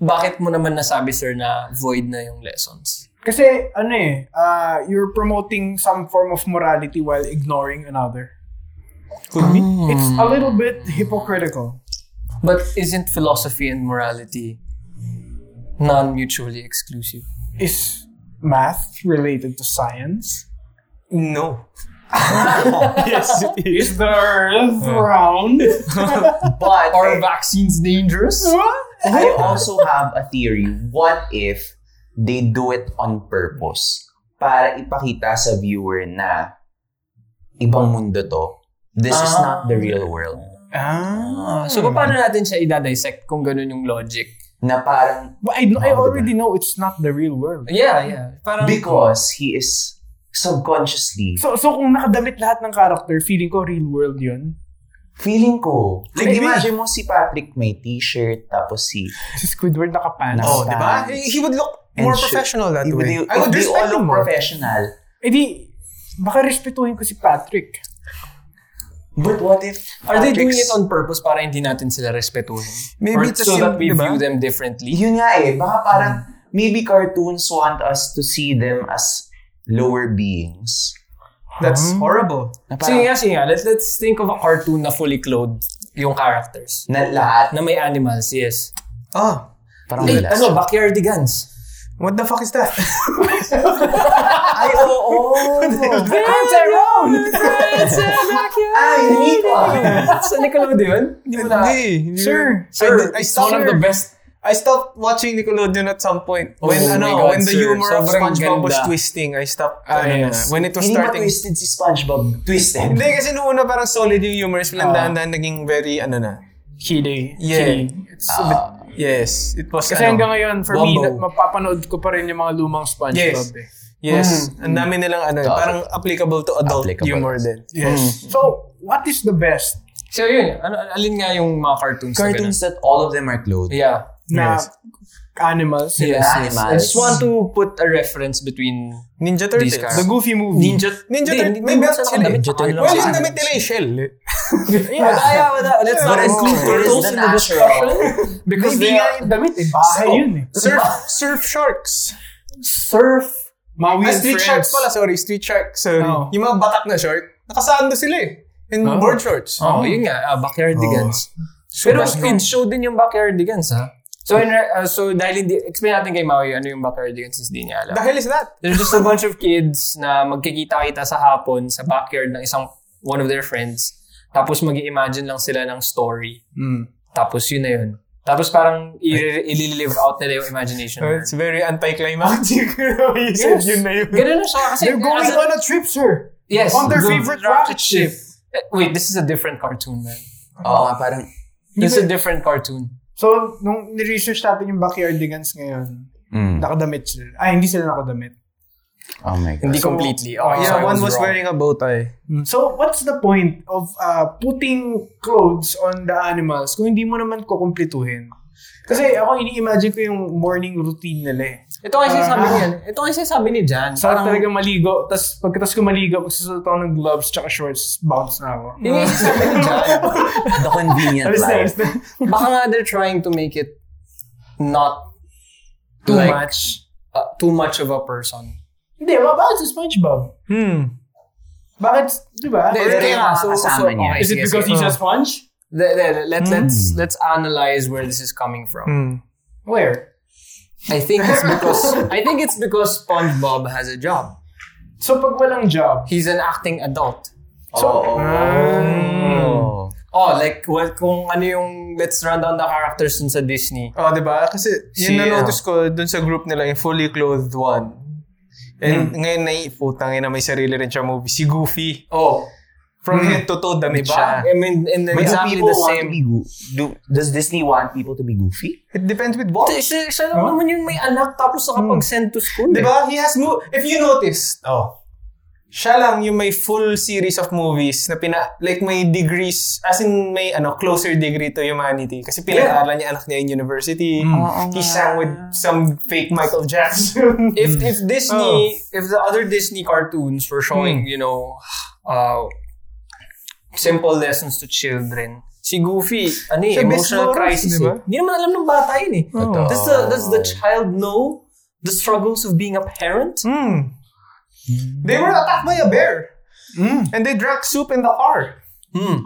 Speaker 1: Bakit mo naman nasabi, sir, na void na yung lessons?
Speaker 2: Kasi, ano eh, ah, you're promoting some form of morality while ignoring another.
Speaker 3: Could be.
Speaker 2: It's
Speaker 1: Hmm.
Speaker 2: a little bit hypocritical.
Speaker 1: But isn't philosophy and morality non-mutually exclusive?
Speaker 2: Is math related to science?
Speaker 3: No.
Speaker 2: yes, it is. the earth round?
Speaker 4: But, eh,
Speaker 1: Are vaccines dangerous?
Speaker 4: I also have a theory. What if they do it on purpose? Para ipakita sa viewer na ibang mundo to. This is
Speaker 1: Ah.
Speaker 4: not the real world.
Speaker 2: ah.
Speaker 1: So, paano natin siya i-dissect kung ganun yung logic?
Speaker 4: Na parang,
Speaker 2: But I, I already
Speaker 3: diba?
Speaker 2: know it's not the real world.
Speaker 1: Yeah, yeah. Parang,
Speaker 4: because he is subconsciously,
Speaker 2: So, so kung nakadamit lahat ng character, feeling ko real world yun.
Speaker 4: feeling ko, like
Speaker 2: Maybe.
Speaker 4: imagine mo si Patrick may t-shirt, tapos si,
Speaker 2: Si Squidward nakapants.
Speaker 3: Oh,
Speaker 4: Oh,
Speaker 3: di ba?
Speaker 4: Stands.
Speaker 3: He would look
Speaker 4: And
Speaker 3: more
Speaker 4: shit.
Speaker 3: professional that
Speaker 4: if
Speaker 3: way.
Speaker 4: they,
Speaker 3: I
Speaker 4: if
Speaker 3: would
Speaker 4: they all
Speaker 3: respect him
Speaker 4: look
Speaker 3: more.
Speaker 4: professional,
Speaker 2: Eh di, baka respetuhin ko si Patrick.
Speaker 4: but what if
Speaker 1: are they doing it
Speaker 4: Patrick's-
Speaker 1: on purpose para hindi natin sila respetuhin?
Speaker 3: Maybe
Speaker 1: Or
Speaker 3: it's
Speaker 1: so
Speaker 3: just
Speaker 1: that we
Speaker 3: yun, diba?
Speaker 1: view them differently?
Speaker 4: Yun nga eh, baka parang maybe cartoons want us to see them as lower beings.
Speaker 3: That's horrible.
Speaker 4: Na
Speaker 1: Sige
Speaker 4: parang
Speaker 1: nga, sige nga. Let's, let's think of a cartoon na fully clothed yung characters.
Speaker 4: na lahat.
Speaker 1: Na may animals, yes.
Speaker 3: Ah,
Speaker 4: Parang
Speaker 1: Ay,
Speaker 4: wala
Speaker 1: ano,
Speaker 4: siya.
Speaker 1: backyardigans.
Speaker 3: what the fuck is that?
Speaker 4: Ay, oo! Oh,
Speaker 1: I'm Tyrone!
Speaker 4: Ay, Nico!
Speaker 1: Sa Nickelodeon? Hindi mo na.
Speaker 3: Hindi. hindi.
Speaker 2: Sir,
Speaker 3: I did- I,
Speaker 1: it's
Speaker 3: stopped,
Speaker 1: one of the best.
Speaker 3: I stopped watching Nickelodeon at some point. When,
Speaker 1: Oh my
Speaker 3: ano,
Speaker 1: God,
Speaker 3: when the
Speaker 1: sir.
Speaker 3: humor of
Speaker 1: Sobrang
Speaker 3: SpongeBob was
Speaker 1: ganda.
Speaker 3: twisting, I stopped.
Speaker 2: Ah,
Speaker 3: ano na,
Speaker 2: yes.
Speaker 3: When it was
Speaker 4: Hindi ba
Speaker 3: starting.
Speaker 4: twisted si SpongeBob? Twisted?
Speaker 3: Hindi, kasi noong una parang solid yung humor. Is
Speaker 2: Ah.
Speaker 3: dahan-dahan naging very, ano na.
Speaker 2: Chile.
Speaker 3: Yeah.
Speaker 2: Chile. It's a
Speaker 4: Ah,
Speaker 2: bit,
Speaker 3: Yes, it was
Speaker 2: kasi
Speaker 3: ano,
Speaker 2: hanggang ngayon, for me,
Speaker 3: Wombo.
Speaker 2: na- mapapanood ko pa rin yung mga lumang SpongeBob
Speaker 3: Yes.
Speaker 2: eh.
Speaker 3: Yes, ang dami nilang ano, eh,
Speaker 4: Tama.
Speaker 3: parang applicable to adult
Speaker 4: Applicable.
Speaker 3: humor din.
Speaker 2: Yes. So, what is the best
Speaker 1: So yun, ano, alin nga yung mga cartoons na ganun?
Speaker 4: Cartoons that all of them are clothed.
Speaker 1: Yeah.
Speaker 2: na
Speaker 3: Yes.
Speaker 2: animals?
Speaker 1: Yes, yes. I
Speaker 4: Animals.
Speaker 1: just want to put a reference between
Speaker 3: Ninja
Speaker 1: These
Speaker 3: Turtles.
Speaker 2: The
Speaker 1: characters.
Speaker 2: Goofy movie.
Speaker 1: Ninja... Hindi,
Speaker 3: Ninja Turtles.
Speaker 1: hindi
Speaker 3: May
Speaker 1: naman
Speaker 3: belt
Speaker 1: sila
Speaker 3: sila. eh.
Speaker 1: damit. Ano lang
Speaker 3: Well,
Speaker 1: sila?
Speaker 3: yung damit nila yung shell. eh.
Speaker 1: Wala, wala. Let's not
Speaker 4: But it's-
Speaker 1: include
Speaker 4: it is
Speaker 1: turtles
Speaker 4: the
Speaker 1: in the
Speaker 4: natural.
Speaker 1: discussion. Because
Speaker 2: Hindi
Speaker 1: they
Speaker 2: nga
Speaker 1: are
Speaker 2: yung damit eh. Bahay
Speaker 1: So,
Speaker 2: yun eh.
Speaker 3: Surf, surf sharks.
Speaker 1: surf.
Speaker 2: Maui and
Speaker 3: Ah,
Speaker 2: Friends.
Speaker 3: street sharks pala, sorry. Street sharks, sorry.
Speaker 2: Oh.
Speaker 3: Yung mga batak na short, nakasando sila eh. In
Speaker 2: Oh.
Speaker 3: board shorts.
Speaker 1: Oh, yun nga. Uh, backyardigans. Pero it show din yung backyardigans, ha? So, in, re- uh, so dahil hindi, explain natin kay Maui ano yung backyardigans since di niya alam.
Speaker 3: The hell is that?
Speaker 1: There's just a bunch of kids na magkikita-kita sa hapon sa backyard ng isang one of their friends. Tapos mag imagine lang sila ng story.
Speaker 2: Mm.
Speaker 1: Tapos yun na yun. Tapos parang i- i-live out nila yung imagination.
Speaker 3: Oh, it's very anticlimactic. you said yun na yun.
Speaker 1: Ganun na siya kasi
Speaker 2: They're going
Speaker 1: as a-
Speaker 2: on a trip, sir.
Speaker 1: yes,
Speaker 2: on their
Speaker 1: go-
Speaker 2: favorite rocket ship.
Speaker 1: Eh, Wait, this is a different cartoon, man.
Speaker 4: Oo nga, parang
Speaker 1: This is a different cartoon.
Speaker 2: So, nung ni-research natin yung backyardigans ngayon,
Speaker 4: Mm.
Speaker 2: Nakadamit sila. Ay, hindi sila nakadamit.
Speaker 4: Oh my God.
Speaker 1: Hindi
Speaker 2: So,
Speaker 1: completely. Oh,
Speaker 2: yeah,
Speaker 1: so I
Speaker 3: yeah, one was
Speaker 1: wrong.
Speaker 3: wearing a bow tie.
Speaker 2: So, what's the point of uh, putting clothes on the animals kung hindi mo naman kukumplituhin? Kasi ako, ini-imagine ko yung morning routine nila eh.
Speaker 1: Ito kasi sabi niya. Ito kasi sabi ni Jan.
Speaker 2: So,
Speaker 1: parang-
Speaker 2: talaga maligo. Tapos, pagkatapos ko maligo, magsusuot ako ng gloves tsaka shorts. Bounce na ako.
Speaker 1: Hindi kasi sabi ni Jan.
Speaker 4: The convenient
Speaker 2: Alis na,
Speaker 4: life.
Speaker 2: alis na.
Speaker 1: Baka nga they're trying to make it not
Speaker 2: Too
Speaker 1: like,
Speaker 2: much.
Speaker 1: uh, too much of a person.
Speaker 2: Hindi, ba- bakit sa Spongebob?
Speaker 3: Hmm.
Speaker 2: Bakit, di ba?
Speaker 1: Hindi,
Speaker 4: Pero
Speaker 1: kaya
Speaker 4: yung
Speaker 1: nga,
Speaker 4: mga kasama niya.
Speaker 1: okay,
Speaker 2: Is it
Speaker 1: sige,
Speaker 2: because
Speaker 1: sige.
Speaker 2: he's a Hmm. sponge?
Speaker 1: Le- le- le- let, let's, let's analyze where this is coming from.
Speaker 3: Hmm.
Speaker 2: Where?
Speaker 1: I think it's because I think it's because SpongeBob has a job.
Speaker 2: So, pag walang job,
Speaker 1: He's an acting adult.
Speaker 4: So, oh,
Speaker 3: Mm.
Speaker 1: Oh, like what kung ano yung let's run down the characters dun sa Disney.
Speaker 3: Oh, di ba? Kasi
Speaker 1: Si,
Speaker 3: yun na-notice ko dun sa group nila, yung fully clothed one. And ngayon naiiputang na may sarili rin siya movie. Si Goofy.
Speaker 1: Oh,
Speaker 3: From head to toe, damit
Speaker 1: diba?
Speaker 3: Hmm.
Speaker 1: I
Speaker 3: siya.
Speaker 1: mean, and then
Speaker 4: But do
Speaker 1: exactly
Speaker 4: people
Speaker 1: the
Speaker 4: want
Speaker 1: same.
Speaker 4: to be goo- do, Does Disney want people to be goofy?
Speaker 3: It depends with what.
Speaker 1: Ito, Siya, siya lang naman yung may anak tapos
Speaker 3: Hmm.
Speaker 1: nakapag-send to school. eh.
Speaker 3: Di ba? He has mo If you notice, oh. Siya lang yung may full series of movies na pina like may degrees as in may ano closer degree to humanity kasi pinag-aralan niya anak niya in university. He sang with some fake Michael Jackson.
Speaker 1: If if Disney,
Speaker 3: Oh.
Speaker 1: if the other Disney cartoons were
Speaker 3: Hmm.
Speaker 1: showing, you know, uh, simple lessons to children, si Goofy, ano eh,
Speaker 3: Siya best diba?
Speaker 1: emotional
Speaker 3: Boros,
Speaker 1: crisis.
Speaker 3: di ba?
Speaker 1: eh. Hindi naman alam ng bata yun eh.
Speaker 4: Totoo.
Speaker 1: Does the, does the child know the struggles of being a parent?
Speaker 3: Hmm. They were attacked by a bear. And they drank soup in the car.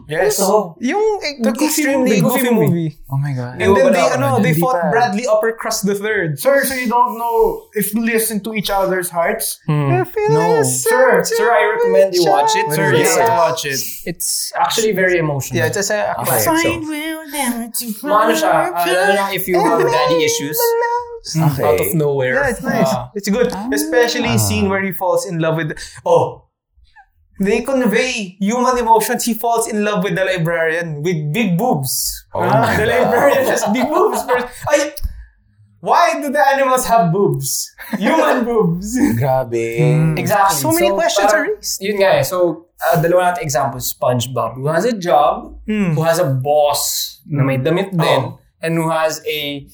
Speaker 2: yes.
Speaker 1: So,
Speaker 3: Yung the
Speaker 2: movie,
Speaker 3: extremely goofy,
Speaker 2: goofy
Speaker 3: movie.
Speaker 4: Oh my God.
Speaker 3: And then
Speaker 2: Wala
Speaker 3: they
Speaker 2: ka
Speaker 3: ano,
Speaker 2: na,
Speaker 3: they
Speaker 2: hindi
Speaker 3: fought
Speaker 2: pa.
Speaker 3: Bradley Uppercrust the third.
Speaker 2: Sir, so you don't know if listen to each other's hearts?
Speaker 3: No.
Speaker 2: Sir, sir, I recommend you watch it. Sir, you
Speaker 1: Yes.
Speaker 2: should watch it.
Speaker 1: it's actually very emotional.
Speaker 3: Yeah, just a
Speaker 4: Okay. So,
Speaker 1: Maano siya, ah, lalo na if you have daddy issues,
Speaker 4: okay.
Speaker 1: out of nowhere.
Speaker 3: Yeah, it's nice.
Speaker 1: Ah.
Speaker 3: it's good. Especially scene where he falls in love with Oh. They convey human emotions. He falls in love with the librarian with big boobs. Ah,
Speaker 4: Oh my
Speaker 3: the
Speaker 4: God.
Speaker 3: librarian has big boobs first. Ay, why do the animals have boobs? Human boobs.
Speaker 4: Grabe.
Speaker 1: Exactly.
Speaker 3: So many questions
Speaker 1: parang-
Speaker 3: are raised.
Speaker 1: Yun nga eh. So, uh, dalawa natin examples. SpongeBob, who has a job,
Speaker 3: Hmm.
Speaker 1: who has a boss na
Speaker 4: Hmm.
Speaker 1: may damit din,
Speaker 4: Oh.
Speaker 1: and who has a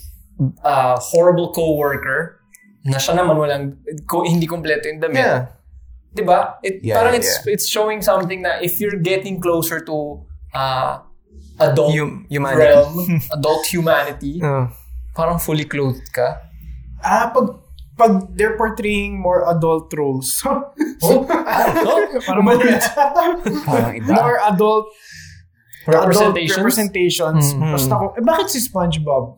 Speaker 1: uh, horrible co-worker na siya naman walang, ko, hindi kompleto yung damit.
Speaker 3: Yeah.
Speaker 1: Diba? It,
Speaker 4: Yeah,
Speaker 1: parang
Speaker 4: yeah,
Speaker 1: it's, it's showing something na if you're getting closer to uh, adult
Speaker 3: Hum- humanity.
Speaker 1: realm, adult humanity, parang fully clothed ka.
Speaker 2: Ah, pag, pag they're portraying more adult roles.
Speaker 1: Oh, oh,
Speaker 2: Parang mali.
Speaker 4: Parang iba.
Speaker 2: more adult
Speaker 1: representations.
Speaker 2: adult representations. Basta ko, eh, bakit si SpongeBob?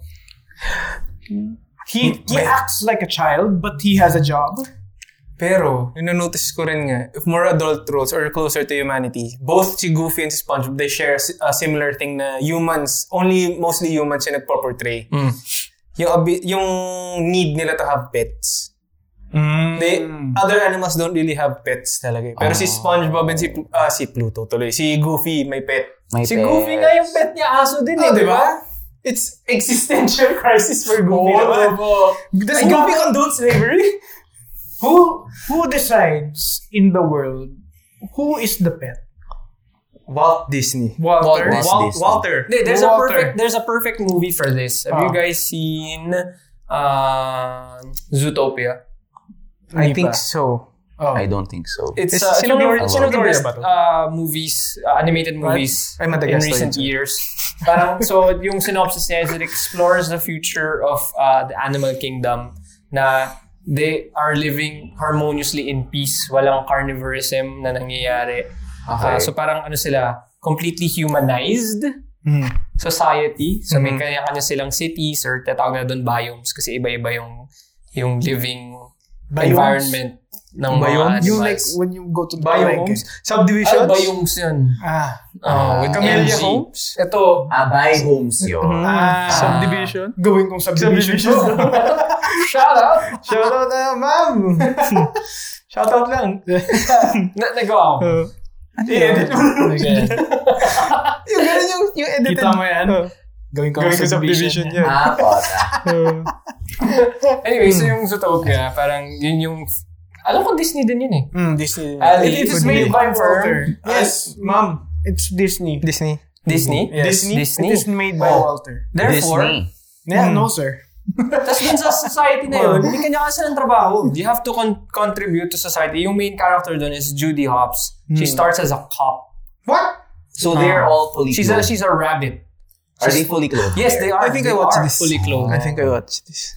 Speaker 2: He, he acts like a child, but he has a job.
Speaker 3: Pero, yung notice ko rin nga, if more adult roles or closer to humanity, both si Goofy and si SpongeBob, they share si- a similar thing na humans, only mostly humans yung nagpo-portray. Yung, abi- yung need nila to have pets. They, other animals don't really have pets talaga. eh. Pero si SpongeBob and si, Pl- ah, si Pluto tuloy, si Goofy may pet.
Speaker 4: May
Speaker 1: si Goofy
Speaker 4: pets.
Speaker 1: nga yung pet niya aso din
Speaker 2: Ah,
Speaker 1: eh,
Speaker 3: Oh,
Speaker 1: di ba?
Speaker 3: It's existential crisis for Goofy
Speaker 2: diba?
Speaker 1: diba?
Speaker 2: Oo,
Speaker 3: naman. Does Goofy condone slavery?
Speaker 2: Who who decides in the world who is the pet?
Speaker 3: Walt Disney.
Speaker 2: Walter.
Speaker 4: Walt
Speaker 3: Wal-
Speaker 4: Disney.
Speaker 3: Walter.
Speaker 1: Hindi, there's a
Speaker 2: Water.
Speaker 1: perfect there's a perfect movie for this. Have you
Speaker 2: Ah.
Speaker 1: guys seen uh, Zootopia?
Speaker 3: I
Speaker 2: Hindi
Speaker 3: think
Speaker 2: pa.
Speaker 3: so.
Speaker 2: Oh.
Speaker 4: I don't think so.
Speaker 1: It's,
Speaker 3: Is
Speaker 1: uh, it's
Speaker 3: sino
Speaker 1: one
Speaker 3: ba-
Speaker 1: of- it's one of the
Speaker 3: Zootopia
Speaker 1: best
Speaker 3: ba to?
Speaker 1: uh, movies, uh, animated movies
Speaker 3: Ay,
Speaker 1: in
Speaker 3: Madagascar
Speaker 1: recent
Speaker 3: yun, sir.
Speaker 1: years. Parang, so yung synopsis niya is it explores the future of uh, the animal kingdom na they are living harmoniously in peace. Walang carnivorism na nangyayari.
Speaker 4: Okay.
Speaker 1: Ah, so parang ano sila, completely humanized
Speaker 3: Hmm.
Speaker 1: society. So may kanya-kanya silang cities or tatawag na doon biomes kasi iba-iba yung yung living
Speaker 2: Biomes?
Speaker 1: environment ng mga
Speaker 3: Biomes?
Speaker 1: animals.
Speaker 2: You like when you go to the
Speaker 3: Biomes?
Speaker 1: ah,
Speaker 3: Subdivisions?
Speaker 1: biomes yun.
Speaker 2: Ah.
Speaker 1: Oh, with
Speaker 3: Camellia
Speaker 1: MG.
Speaker 3: homes?
Speaker 1: Ito,
Speaker 4: Abay homes yun.
Speaker 2: Ah.
Speaker 3: Subdivision?
Speaker 2: Gawin kong subdivision.
Speaker 3: Subdivision.
Speaker 1: shout out!
Speaker 3: Shout out na, ma'am! Shout out lang.
Speaker 1: Na- nagawa ko.
Speaker 2: Oh.
Speaker 3: I-edit mo.
Speaker 1: Okay.
Speaker 3: yung ganun yung, yung edited.
Speaker 2: Kita mo yan? Gawin ko
Speaker 3: Gawin ko
Speaker 2: sa division
Speaker 3: subdivision
Speaker 2: niya.
Speaker 3: niya.
Speaker 4: Ah, pota.
Speaker 3: Uh,
Speaker 1: Anyway, so yung Zootopia, parang yun yung... Alam ko Disney din yun eh.
Speaker 2: Mm, Disney.
Speaker 1: Ali,
Speaker 2: It is
Speaker 1: could be.
Speaker 2: made by
Speaker 1: Confirm.
Speaker 2: Walter. Yes, ma'am. It's Disney.
Speaker 3: Disney.
Speaker 1: Disney?
Speaker 2: Yes.
Speaker 1: Disney?
Speaker 2: It is made by
Speaker 1: Oh.
Speaker 2: Walter.
Speaker 1: Therefore,
Speaker 4: Disney.
Speaker 2: Yeah,
Speaker 3: Mm.
Speaker 2: no sir.
Speaker 1: Tapos dun sa society na
Speaker 2: Oh.
Speaker 1: yun, hindi kanya kasi ng trabaho. You have to con- contribute to society. Yung main character dun is Judy Hopps. She
Speaker 2: Hmm.
Speaker 1: starts as a cop.
Speaker 2: What?
Speaker 4: So they're all fully
Speaker 1: She's a,
Speaker 4: clothed.
Speaker 1: she's a rabbit.
Speaker 4: Are they fully clothed?
Speaker 1: Yes, they are.
Speaker 3: I think I
Speaker 1: They
Speaker 3: watched
Speaker 1: are
Speaker 3: this.
Speaker 1: fully clothed.
Speaker 3: I think I watched this.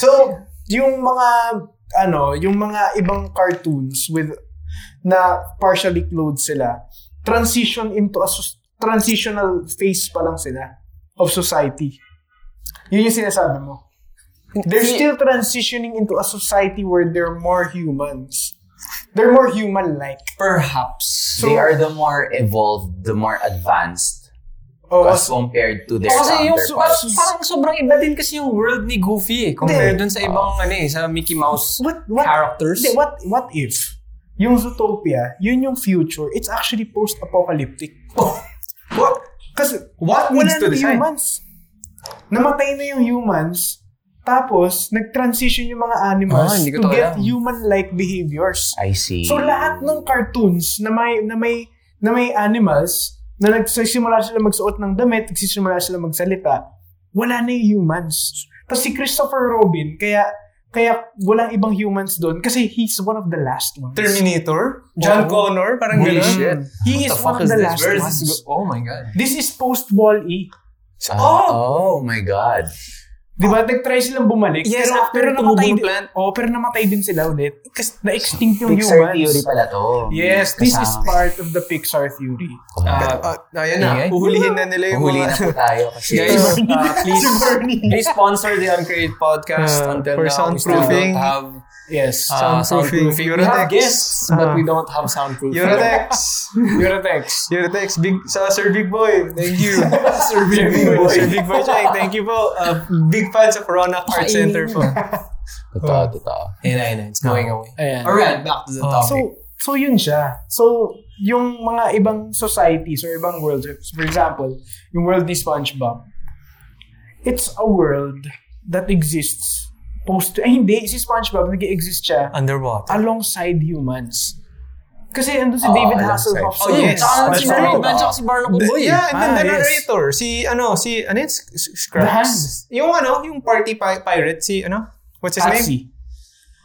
Speaker 2: So, yung mga ano, yung mga ibang cartoons with na partially clothed sila, transition into a sus- transitional phase pa lang sila of society. Yun yung sinasabi mo. They're
Speaker 1: Hindi-
Speaker 2: still transitioning into a society where they're more humans. They're more human-like.
Speaker 1: Perhaps.
Speaker 4: they are the more evolved, the more advanced
Speaker 2: Oh,
Speaker 4: as compared to their
Speaker 1: O Oh, kasi yung so,
Speaker 4: counterparts.
Speaker 1: parang sobrang iba din kasi yung world ni Goofy eh. Compared
Speaker 2: Hindi.
Speaker 1: dun sa ibang ano eh, sa Mickey Mouse
Speaker 2: what, what,
Speaker 1: characters.
Speaker 2: Hindi, what, what if yung Zootopia, yun yung future, it's actually post-apocalyptic.
Speaker 1: Oh.
Speaker 2: what? Kasi,
Speaker 3: What
Speaker 2: wala
Speaker 3: needs to
Speaker 2: na
Speaker 3: decide?
Speaker 2: humans. Namatay na yung humans, tapos, nag-transition yung mga
Speaker 1: Ah,
Speaker 2: animals
Speaker 1: hindi
Speaker 2: to
Speaker 1: ko to
Speaker 2: get
Speaker 1: alam.
Speaker 2: human-like behaviors.
Speaker 4: I see.
Speaker 2: So, lahat ng cartoons na may, na may, na may animals, na nagsisimula sila magsuot ng damit, nagsisimula sila magsalita, wala na yung humans. Tapos si Christopher Robin, kaya, kaya walang ibang humans doon kasi he's one of the last ones.
Speaker 3: Terminator? John
Speaker 2: Oo.
Speaker 3: Connor? Parang
Speaker 1: Holy
Speaker 3: gano'n?
Speaker 1: shit.
Speaker 2: He is
Speaker 1: What the
Speaker 2: one
Speaker 1: fuck
Speaker 2: of
Speaker 1: is
Speaker 2: the
Speaker 1: this?
Speaker 2: last
Speaker 1: Where is
Speaker 2: ones.
Speaker 1: this go- Oh my God.
Speaker 2: This is post-Wall-E.
Speaker 4: Ah, oh! my God.
Speaker 2: Di ba? Diba? Nag-try silang bumalik.
Speaker 3: Yes,
Speaker 2: pero,
Speaker 3: after
Speaker 2: pero
Speaker 3: tumugong
Speaker 2: namatay din.
Speaker 3: plant.
Speaker 2: Oh, pero namatay din sila ulit. Kasi na-extinct yung
Speaker 4: Pixar
Speaker 2: humans.
Speaker 4: theory pala to.
Speaker 2: Yes, this is
Speaker 4: Kasama.
Speaker 2: part of the Pixar theory.
Speaker 1: Ah,
Speaker 3: Ah, ayan
Speaker 1: Ano
Speaker 3: na.
Speaker 1: yan?
Speaker 3: Huhulihin na nila yung
Speaker 4: Huli
Speaker 3: mga-
Speaker 4: na po tayo kasi
Speaker 1: Guys, uh, please,
Speaker 2: Si Bernie.
Speaker 1: please sponsor the Uncreate podcast
Speaker 3: Uh,
Speaker 1: until
Speaker 3: for
Speaker 1: now.
Speaker 3: soundproofing.
Speaker 1: We still don't have
Speaker 2: Yes.
Speaker 1: uh,
Speaker 3: Soundproofing.
Speaker 1: soundproofing. Uh-huh. We have
Speaker 3: Eurotex.
Speaker 1: guests, but
Speaker 3: Ah.
Speaker 1: we don't have soundproofing.
Speaker 3: Eurotex!
Speaker 2: Eurotex.
Speaker 3: Eurotex, big, sa Sir Big Boy. Thank you.
Speaker 2: Sir Big Boy.
Speaker 3: Sir Big Boy Chang, thank you po. Uh, big fans of Ronak Art Center po.
Speaker 4: Totoo, totoo.
Speaker 1: Ayun, ayun, ayun. It's going away.
Speaker 2: Ayan.
Speaker 1: Alright, back to the
Speaker 4: Oh,
Speaker 3: Ah.
Speaker 1: topic.
Speaker 2: So, so yun siya. So, yung mga ibang societies or ibang worlds, for example, yung world ni SpongeBob, it's a world that exists post, ay hindi, si SpongeBob, nag-exist siya
Speaker 3: Underwater.
Speaker 2: alongside humans. Kasi andun si
Speaker 4: Ah,
Speaker 2: David
Speaker 4: alongside.
Speaker 2: Hasselhoff.
Speaker 1: Oh,
Speaker 2: sa-
Speaker 1: yes.
Speaker 3: yes.
Speaker 1: Tsaka si
Speaker 2: That's
Speaker 1: Mermaid
Speaker 2: right.
Speaker 1: Man, tsaka si Barnacle Boy.
Speaker 3: Yeah, and then
Speaker 2: Ah,
Speaker 3: the
Speaker 2: yes.
Speaker 3: narrator, si ano, si, ano yun? S- S-
Speaker 2: The hand.
Speaker 3: Scraps? Yung ano, yung party pi- pirate, si ano? What's his
Speaker 2: Patsy.
Speaker 3: name?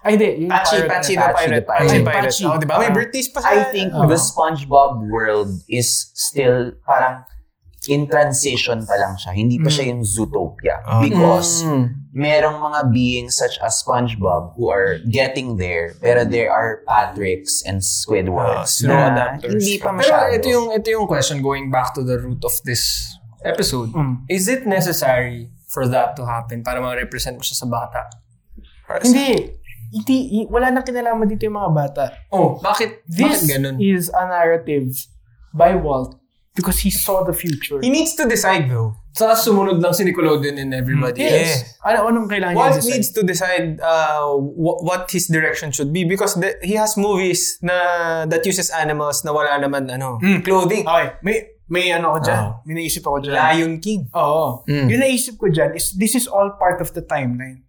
Speaker 2: Ay, hindi.
Speaker 1: Mm.
Speaker 2: Yung
Speaker 3: Pachi,
Speaker 2: pirate
Speaker 3: Pachi
Speaker 2: na-
Speaker 3: the
Speaker 4: Pachi the
Speaker 3: Pirate.
Speaker 4: Pirate.
Speaker 3: Pachi the
Speaker 2: Ay,
Speaker 3: Pirate.
Speaker 2: Pachi.
Speaker 3: Oh, di ba? May
Speaker 2: Ah.
Speaker 3: birthdays pa siya.
Speaker 4: I think the SpongeBob world is still parang in transition pa lang siya. Hindi pa siya yung Zootopia.
Speaker 3: Ah.
Speaker 4: Because
Speaker 1: Mm.
Speaker 4: merong mga beings such as SpongeBob who are getting there pero there are Patricks and
Speaker 3: Ah,
Speaker 4: Squidwards
Speaker 3: slow
Speaker 4: na
Speaker 3: adapters.
Speaker 4: hindi pa
Speaker 1: Pero
Speaker 4: masyado.
Speaker 1: ito yung, ito yung question going back to the root of this episode.
Speaker 2: Mm.
Speaker 1: Is it necessary for that to happen para ma-represent mo siya sa bata?
Speaker 2: Hindi. Hindi, i- wala nang kinalaman dito yung mga bata.
Speaker 1: Oh, bakit?
Speaker 2: This
Speaker 1: bakit ganun?
Speaker 2: is a narrative by Walt because he saw the future.
Speaker 3: He needs to decide though.
Speaker 1: Sa sumunod lang si Nickelodeon and everybody else.
Speaker 3: Mm, Yes.
Speaker 2: Ano, anong kailangan niya
Speaker 3: Walt
Speaker 2: i-decide?
Speaker 3: needs to decide uh, wh- what his direction should be because the, he has movies na that uses animals na wala naman ano
Speaker 2: Hmm.
Speaker 3: clothing.
Speaker 2: Okay, may, may ano ako dyan.
Speaker 3: Oh.
Speaker 2: May naisip ako dyan.
Speaker 3: Lion King.
Speaker 2: Oo.
Speaker 1: Mm.
Speaker 2: Yung naisip ko dyan is this is all part of the timeline.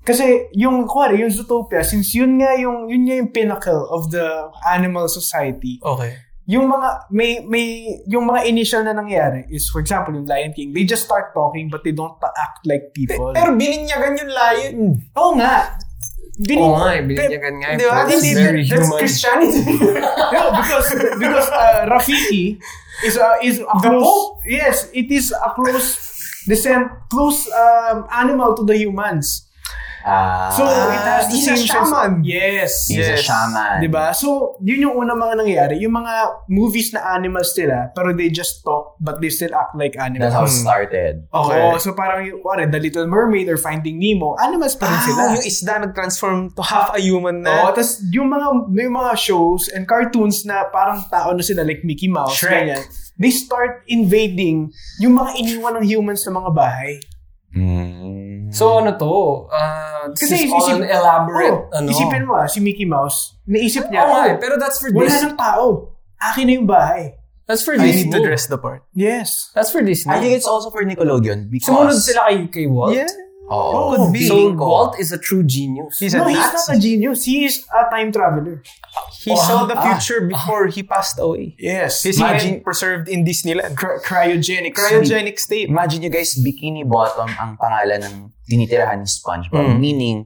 Speaker 2: Kasi yung, kuwari, yung Zootopia, since yun nga yung, yun nga yung pinnacle of the animal society,
Speaker 3: Okay.
Speaker 2: yung mga, may, may, yung mga initial na nangyari is, for example, yung Lion King, they just start talking but they don't pa- act like people.
Speaker 3: Pero bininyagan yung lion.
Speaker 2: oo nga. Bini-
Speaker 1: Oo nga, eh, bininyagan nga. eh.
Speaker 3: Di ba?
Speaker 1: Pero
Speaker 3: Hindi,
Speaker 1: it's very
Speaker 3: that's
Speaker 1: human.
Speaker 3: Christianity.
Speaker 2: no, because, because uh, Rafiki is a, is a close, yes, it is a close, descent, close um, animal to the humans.
Speaker 4: Ah,
Speaker 2: So, it has the
Speaker 3: he's
Speaker 2: same
Speaker 3: a
Speaker 2: sense-
Speaker 3: shaman.
Speaker 2: Yes.
Speaker 4: he's
Speaker 3: yes.
Speaker 4: a shaman.
Speaker 2: Diba? So, yun yung unang mga nangyari. Yung mga movies na animals nila, pero they just talk, but they still act like
Speaker 4: That's how
Speaker 2: animals. Hmm.
Speaker 4: it started.
Speaker 3: Hmm. Okay.
Speaker 2: Oo, so parang yung, kuwari, The Little Mermaid or Finding Nemo, animals pa rin sila.
Speaker 3: Ah, yung isda nag-transform to half a human
Speaker 2: Oo,
Speaker 3: na.
Speaker 2: tas yung mga, yung mga shows and cartoons na parang tao na sila, like Mickey Mouse,
Speaker 3: Shrek.
Speaker 2: ganyan, they start invading yung mga iniwan ng humans sa mga bahay.
Speaker 4: Mm.
Speaker 1: So ano to? Uh, this
Speaker 2: Kasi
Speaker 1: is all
Speaker 2: isipin-
Speaker 1: an elaborate.
Speaker 2: Oo,
Speaker 1: ano?
Speaker 2: Isipin mo ah, si Mickey Mouse, naisip niya,
Speaker 1: Oo nga
Speaker 2: oh,
Speaker 1: eh, pero that's for
Speaker 2: wala
Speaker 1: this.
Speaker 2: ng tao. Akin na yung bahay.
Speaker 1: That's for
Speaker 3: I
Speaker 1: Disney.
Speaker 3: need to dress the part.
Speaker 2: Yes.
Speaker 1: That's for Disney.
Speaker 4: I think it's also for Nickelodeon because...
Speaker 1: Sumunod sila kay, kay Walt.
Speaker 3: Yeah.
Speaker 4: Oh,
Speaker 2: Could be.
Speaker 1: So, Walt is a true genius.
Speaker 3: He's a
Speaker 2: No, he's
Speaker 3: nut.
Speaker 2: not a genius. He is a time traveler. Ah,
Speaker 3: He saw the future before he passed away.
Speaker 2: Yes.
Speaker 3: His imagine preserved in Disneyland.
Speaker 2: Cry- cryogenic. sleep.
Speaker 3: Cryogenic state.
Speaker 4: Imagine you guys, Bikini Bottom ang pangalan ng tinitirahan ni SpongeBob.
Speaker 3: Mm.
Speaker 4: Meaning,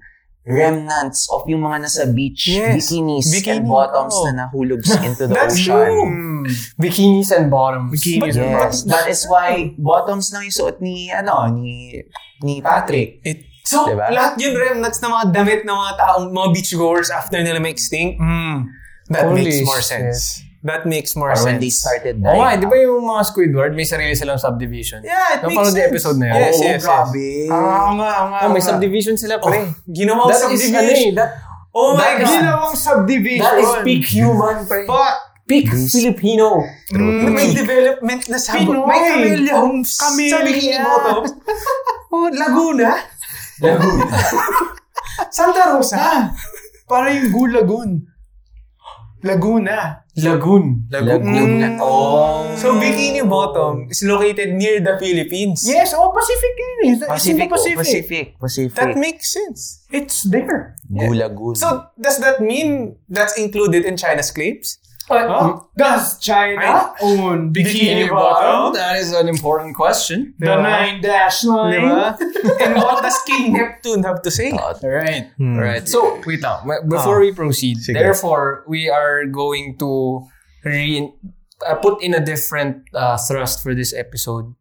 Speaker 4: remnants of yung mga nasa beach,
Speaker 3: Yes.
Speaker 4: bikinis, and
Speaker 3: Bikini,
Speaker 4: bottoms
Speaker 3: oo.
Speaker 4: na nahulog into the
Speaker 3: That's
Speaker 4: ocean.
Speaker 1: Bikinis and bottoms.
Speaker 2: Bikinis.
Speaker 4: Yes. That is why bottoms lang yung suot ni, ano, ni, ni Patrick.
Speaker 3: It, so,
Speaker 4: Diba?
Speaker 3: lahat yun remnants ng mga damit ng mga taong, mga beachgoers after nila ma-extinct.
Speaker 2: Mm.
Speaker 3: That
Speaker 1: Holy
Speaker 3: makes more
Speaker 1: shit.
Speaker 3: sense. That makes more
Speaker 4: Or
Speaker 3: sense.
Speaker 4: when they started
Speaker 1: Oo nga, eh,
Speaker 4: dying.
Speaker 1: di ba yung mga Squidward, may sarili silang subdivision?
Speaker 3: Yeah,
Speaker 1: Napanood
Speaker 3: it makes
Speaker 1: yung
Speaker 3: sense.
Speaker 1: episode na yun?
Speaker 3: Yes,
Speaker 4: Oo,
Speaker 3: yes, yes.
Speaker 4: grabe.
Speaker 2: Ah, oo nga, oo nga.
Speaker 1: Oh, may
Speaker 2: oo nga.
Speaker 1: subdivision sila
Speaker 3: Oh,
Speaker 1: pre.
Speaker 3: ginawang
Speaker 1: That is, ano eh,
Speaker 3: subdivision.
Speaker 1: that,
Speaker 3: oh my
Speaker 1: that is-
Speaker 3: God.
Speaker 2: Ginawang subdivision.
Speaker 1: that is peak human pre.
Speaker 3: Fuck.
Speaker 1: Peak Filipino.
Speaker 3: May development na sa
Speaker 2: Pinoy.
Speaker 3: May camellia homes.
Speaker 2: Camellia.
Speaker 3: Sa Bikini Bottom. oh, Laguna.
Speaker 2: Santa Rosa. Para yung Gulagun. Laguna.
Speaker 1: Lagoon.
Speaker 4: Lagoon na to.
Speaker 3: Mm.
Speaker 2: Hmm.
Speaker 3: So, Bikini Bottom is located near the Philippines.
Speaker 2: Yes, oh, Pacific yun eh. It's in the
Speaker 4: Pacific,
Speaker 3: oh,
Speaker 4: Pacific.
Speaker 2: Pacific.
Speaker 4: Pacific. Pacific.
Speaker 3: That makes sense.
Speaker 2: It's there.
Speaker 4: Gulagun.
Speaker 3: So, does that mean that's included in China's claims?
Speaker 2: Huh? Does China own Bikini,
Speaker 3: Oh. Bikini
Speaker 2: Bottom?
Speaker 3: Bottom?
Speaker 1: That is an important question.
Speaker 2: The nine dash line.
Speaker 3: Diba? And what does King Neptune have to say?
Speaker 1: Alright. Alright. So, wait lang. Ma- Before we proceed, therefore, we are going to re- uh, put in a different uh, thrust for this episode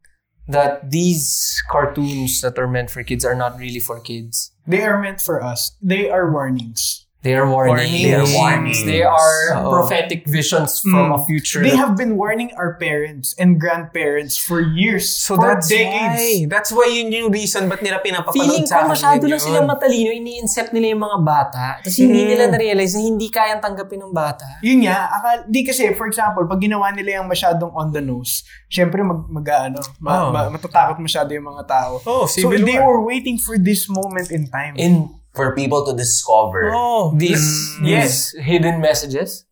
Speaker 1: that these cartoons that are meant for kids are not really for kids.
Speaker 2: They are meant for us. They are warnings.
Speaker 1: They are warnings. mm.
Speaker 4: They are warnings.
Speaker 1: They are
Speaker 3: Oo.
Speaker 1: prophetic visions from a future.
Speaker 2: They
Speaker 1: that-
Speaker 2: have been warning our parents and grandparents for years,
Speaker 3: So,
Speaker 2: for
Speaker 3: that's
Speaker 2: decades.
Speaker 3: why. That's why yun yung reason ba't nila pinapapanood
Speaker 1: Feeling
Speaker 3: sa
Speaker 1: ko
Speaker 3: akin.
Speaker 1: masyado
Speaker 3: yun.
Speaker 1: lang sila matalino, ini-incept nila yung mga bata. Tapos hindi nila na-realize na hindi kayang tanggapin ng bata.
Speaker 2: Yun nga, akal, di kasi, for example, pag ginawa nila yung masyadong on the nose, syempre mag, mag ano, ma-
Speaker 3: Oh.
Speaker 2: ma- matatakot masyado yung mga tao.
Speaker 3: Oh,
Speaker 2: so
Speaker 3: Civil
Speaker 2: they
Speaker 3: War.
Speaker 2: were waiting for this moment in time.
Speaker 1: In
Speaker 4: for people to discover.
Speaker 3: Oh,
Speaker 1: these, these hidden messages.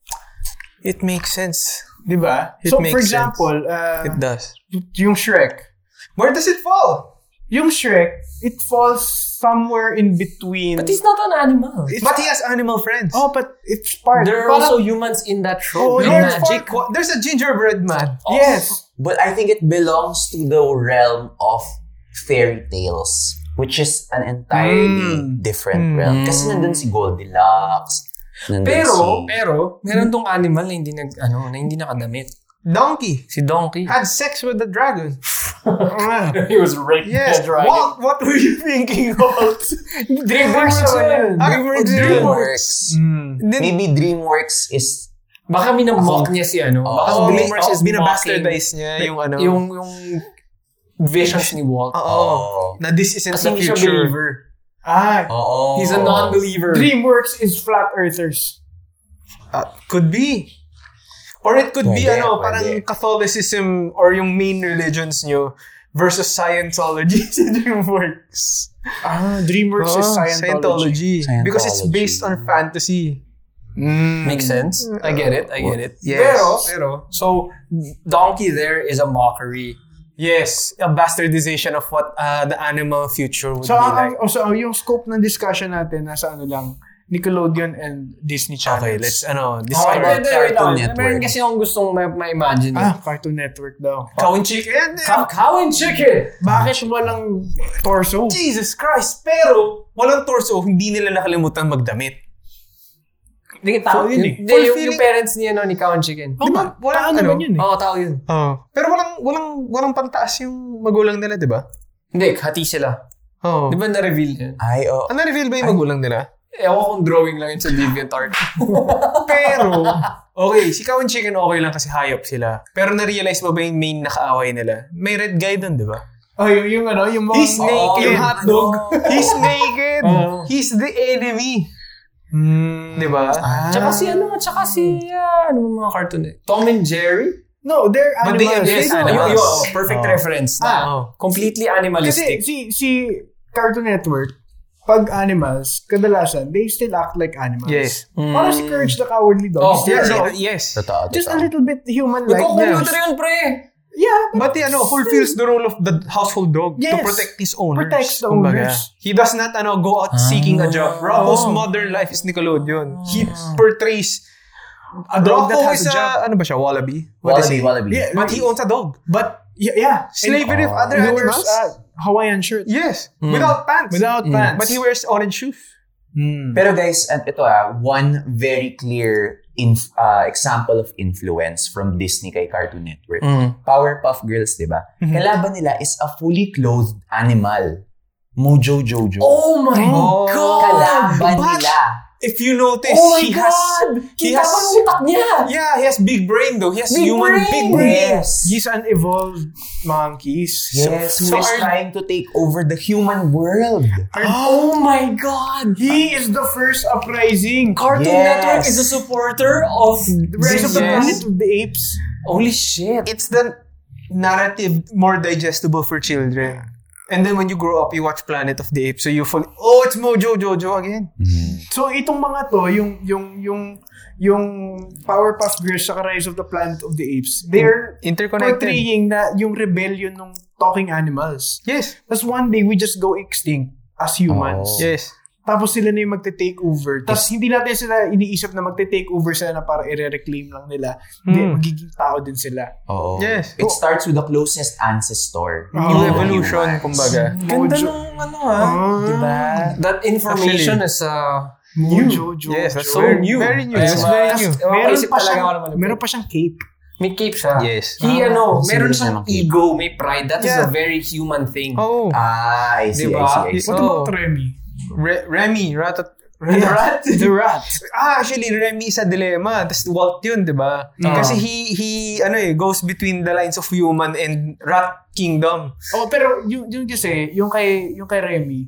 Speaker 3: it makes sense.
Speaker 2: di ba?
Speaker 3: It
Speaker 2: So,
Speaker 3: makes
Speaker 2: for
Speaker 3: sense.
Speaker 2: example, uh,
Speaker 3: It does.
Speaker 2: yung Shrek.
Speaker 3: Where does it fall?
Speaker 2: Yung Shrek, it falls somewhere in between.
Speaker 1: But he's not an animal.
Speaker 3: but he has animal friends.
Speaker 2: oh, but it's part.
Speaker 1: There are
Speaker 2: Parang-
Speaker 1: also humans in that show.
Speaker 2: Oh,
Speaker 1: Yung
Speaker 2: there's
Speaker 1: magic.
Speaker 3: Wa- There's Oh. a gingerbread man.
Speaker 2: Yes.
Speaker 4: But I think it belongs to the realm of fairy tales, which is an entirely different realm. Kasi nandun si Goldilocks, nandun
Speaker 1: Pero,
Speaker 4: si...
Speaker 1: pero, meron tong animal na hindi nag, ano, na hindi nakadamit.
Speaker 3: Donkey
Speaker 1: Si Donkey.
Speaker 3: had sex with the dragon.
Speaker 1: He was raped
Speaker 3: Yes. Walt, what were you thinking, Walt?
Speaker 2: DreamWorks naman yun.
Speaker 3: Okay,
Speaker 4: Oh,
Speaker 3: we're
Speaker 4: DreamWorks.
Speaker 3: Then,
Speaker 4: Maybe Dreamworks is...
Speaker 1: Baka minamock niya si ano. Baka
Speaker 3: oh,
Speaker 1: si
Speaker 3: DreamWorks is
Speaker 1: mocking
Speaker 3: binabastardize niya yung ano.
Speaker 1: Yung, yung visions ni Walt.
Speaker 3: Oo.
Speaker 4: Oh.
Speaker 3: Na this isn't
Speaker 1: Kasi
Speaker 3: the
Speaker 1: hindi siya
Speaker 3: future.
Speaker 1: believer.
Speaker 2: Ah,
Speaker 4: Oo.
Speaker 1: He's a non-believer.
Speaker 2: DreamWorks is flat earthers.
Speaker 3: Ah, could be. Or it could be
Speaker 4: Pwede,
Speaker 3: ano,
Speaker 4: pwede.
Speaker 3: parang Catholicism or yung main religions nyo versus Scientology si DreamWorks.
Speaker 2: Ah, DreamWorks is
Speaker 3: Oo,
Speaker 2: Scientology.
Speaker 4: Scientology.
Speaker 3: Because it's based on fantasy.
Speaker 1: Makes sense. I get it. I get it.
Speaker 3: Mm. Yes.
Speaker 1: Pero, pero, so, donkey there is a mockery.
Speaker 3: Yes, a bastardization of what uh, the animal future would
Speaker 2: So,
Speaker 3: be
Speaker 2: ang,
Speaker 3: like.
Speaker 2: ang- so, yung scope ng discussion natin nasa ano lang, Nickeloodion and Disney Channels.
Speaker 3: Okay, let's ano,
Speaker 1: Okay, wait,
Speaker 3: discard
Speaker 1: wait, wait,
Speaker 4: Cartoon
Speaker 1: wait.
Speaker 4: Network.
Speaker 1: Meron kasi akong gustong ma- ma-imagine.
Speaker 2: Ah, Cartoon Network daw.
Speaker 3: Cow and chicken?
Speaker 1: Cow, cow and chicken!
Speaker 2: Bakit walang torso?
Speaker 3: Jesus Christ! Pero, walang torso, hindi nila nakalimutan magdamit.
Speaker 1: Hindi, tao yun eh. Hindi, yung, yung
Speaker 3: Fulfilling-
Speaker 1: parents niya no, ni cow and chicken.
Speaker 2: Oh, ba?
Speaker 3: Wala
Speaker 2: Tao
Speaker 3: ano?
Speaker 2: naman yun eh.
Speaker 1: Oo, tao yun.
Speaker 3: Oh. Pero walang, walang, walang pantaas yung magulang nila, di ba?
Speaker 1: Hindi, hati sila.
Speaker 3: Oo.
Speaker 1: Di ba na-reveal yun?
Speaker 4: Ay, oh. oo.
Speaker 3: Ano Oh. na-reveal ba yung magulang nila?
Speaker 1: Ewan kong drawing lang yun sa DeviantArt.
Speaker 3: Pero, okay, si Cow and Chicken okay lang kasi hayop sila. Pero na-realize mo ba yung main nakaaway nila? May red guy dun, di ba? Oh,
Speaker 2: Oh, yung, yung ano, yung mga...
Speaker 3: He's naked.
Speaker 2: yung hotdog.
Speaker 3: He's naked!
Speaker 1: Oo.
Speaker 3: He's the enemy! Di ba?
Speaker 2: Ah.
Speaker 1: Tsaka si ano, tsaka si, ah, ano mga cartoon eh. Tom and Jerry?
Speaker 2: No, they're
Speaker 3: But they
Speaker 2: animals.
Speaker 3: embrace
Speaker 2: They don't-
Speaker 4: animals.
Speaker 1: Yun, yun, Oh, perfect
Speaker 3: Oo.
Speaker 1: reference. Na,
Speaker 3: Oo.
Speaker 1: Completely
Speaker 2: Kasi
Speaker 1: animalistic.
Speaker 2: si, si Cartoon Network, pag animals, kadalasan, they still act like animals.
Speaker 3: Yes.
Speaker 2: Parang si Courage the Cowardly Dog.
Speaker 1: Oh,
Speaker 2: Still,
Speaker 1: yes,
Speaker 2: no?
Speaker 3: yes.
Speaker 4: Totoo,
Speaker 2: Just a
Speaker 4: totoo.
Speaker 2: little bit human-like.
Speaker 1: Nagko-computer
Speaker 3: eh.
Speaker 1: yun, pre!
Speaker 2: Yeah, but
Speaker 3: But ano, fulfills the role of the household dog to
Speaker 2: Yes.
Speaker 3: protect his owners.
Speaker 2: Protects the owners.
Speaker 3: He does not ano, go out seeking a job. Rocco's modern life is Nickelodeon. He portrays a dog
Speaker 2: Rocco
Speaker 3: that has
Speaker 2: is
Speaker 3: a
Speaker 2: a-
Speaker 3: job. Ano ba siya? Wallaby? What is
Speaker 4: Wallaby,
Speaker 3: he?
Speaker 4: wallaby.
Speaker 2: Yeah.
Speaker 3: But he owns a dog.
Speaker 2: but yeah, yeah.
Speaker 3: Slavery of other
Speaker 2: And he
Speaker 3: animals?
Speaker 2: wears uh, Hawaiian shirt.
Speaker 3: yes. Without pants.
Speaker 2: Without pants.
Speaker 3: But he wears orange shoes.
Speaker 4: Pero guys, at ito ah, one very clear inf- ah, example of influence from Disney kay Cartoon Network. Powerpuff Girls, di ba? Kalaban nila is a fully clothed animal. Mojo Jojo.
Speaker 1: Oh my
Speaker 3: Oh.
Speaker 1: God!
Speaker 4: Kalaban
Speaker 3: But-
Speaker 4: nila.
Speaker 3: If you notice,
Speaker 1: Oh my
Speaker 3: he
Speaker 1: God!
Speaker 3: has... He
Speaker 1: Kita
Speaker 3: has...
Speaker 1: pa ang utak niya!
Speaker 3: Yeah, he has big brain though. He has
Speaker 1: Big
Speaker 3: human
Speaker 1: brain!
Speaker 3: big brain.
Speaker 4: Yes.
Speaker 2: He's an evolved monkeys.
Speaker 4: yes. Who
Speaker 3: so
Speaker 4: is
Speaker 3: are-
Speaker 4: trying to take over the human world.
Speaker 1: Oh my God!
Speaker 2: He is the first uprising.
Speaker 1: Cartoon
Speaker 4: Yes.
Speaker 1: Network is a supporter of
Speaker 2: Rise of the
Speaker 3: Yes.
Speaker 2: Planet of the Apes.
Speaker 1: Holy shit!
Speaker 3: It's the narrative more digestible for children. And then when you grow up, you watch Planet of the Apes. So you fall, oh, it's Mojo Jojo again.
Speaker 2: So itong mga to, yung yung yung yung Powerpuff Girls sa Rise of the Planet of the Apes,
Speaker 3: Mm.
Speaker 2: they're
Speaker 3: Interconnected.
Speaker 2: portraying na yung rebellion ng talking animals.
Speaker 3: Yes.
Speaker 2: Tapos one day, we just go extinct as humans.
Speaker 4: Oh.
Speaker 3: Yes.
Speaker 2: Tapos sila na yung magte-take over. Tapos hindi natin sila iniisip na magte-take over sila na para i-reclaim lang nila. Hindi,
Speaker 3: Hmm.
Speaker 2: magiging tao din sila.
Speaker 4: Oo.
Speaker 3: Yes.
Speaker 4: It starts with the closest ancestor.
Speaker 2: Oh.
Speaker 3: New
Speaker 2: Oh.
Speaker 3: evolution, kumbaga.
Speaker 1: Ganda
Speaker 2: Mojo.
Speaker 1: nung ano ah.
Speaker 2: Ah.
Speaker 1: Diba? That information is uh,
Speaker 2: Mojo Jojo.
Speaker 3: Yes, that's
Speaker 1: so new.
Speaker 3: Very
Speaker 1: Ayun,
Speaker 3: new. Yes,
Speaker 1: mga-
Speaker 3: very new.
Speaker 2: Meron
Speaker 1: Mapaisip
Speaker 2: pa,
Speaker 1: talaga
Speaker 2: siyang,
Speaker 1: ako naman.
Speaker 2: meron pa siyang cape.
Speaker 1: May cape siya.
Speaker 3: Yes. Ah,
Speaker 1: He ano,
Speaker 4: Sino
Speaker 1: meron
Speaker 4: siya
Speaker 1: siyang
Speaker 4: ng cape?
Speaker 1: ego, may pride. That is a
Speaker 3: Yeah.
Speaker 1: very human thing.
Speaker 3: Oh.
Speaker 4: Ah, I see,
Speaker 1: Diba?
Speaker 4: I see, I see.
Speaker 2: What
Speaker 3: Oh.
Speaker 2: about Remy?
Speaker 3: Re- Remy, Ratat.
Speaker 1: The rat.
Speaker 2: The rat.
Speaker 3: Ah, actually, Remy is a dilemma. Tapos Walt yun, di ba?
Speaker 2: Ah.
Speaker 1: Oo.
Speaker 3: Kasi he, he, ano eh, goes between the lines of human and rat kingdom.
Speaker 2: Oh, pero yung, yung kasi, yung kay, yung kay Remy,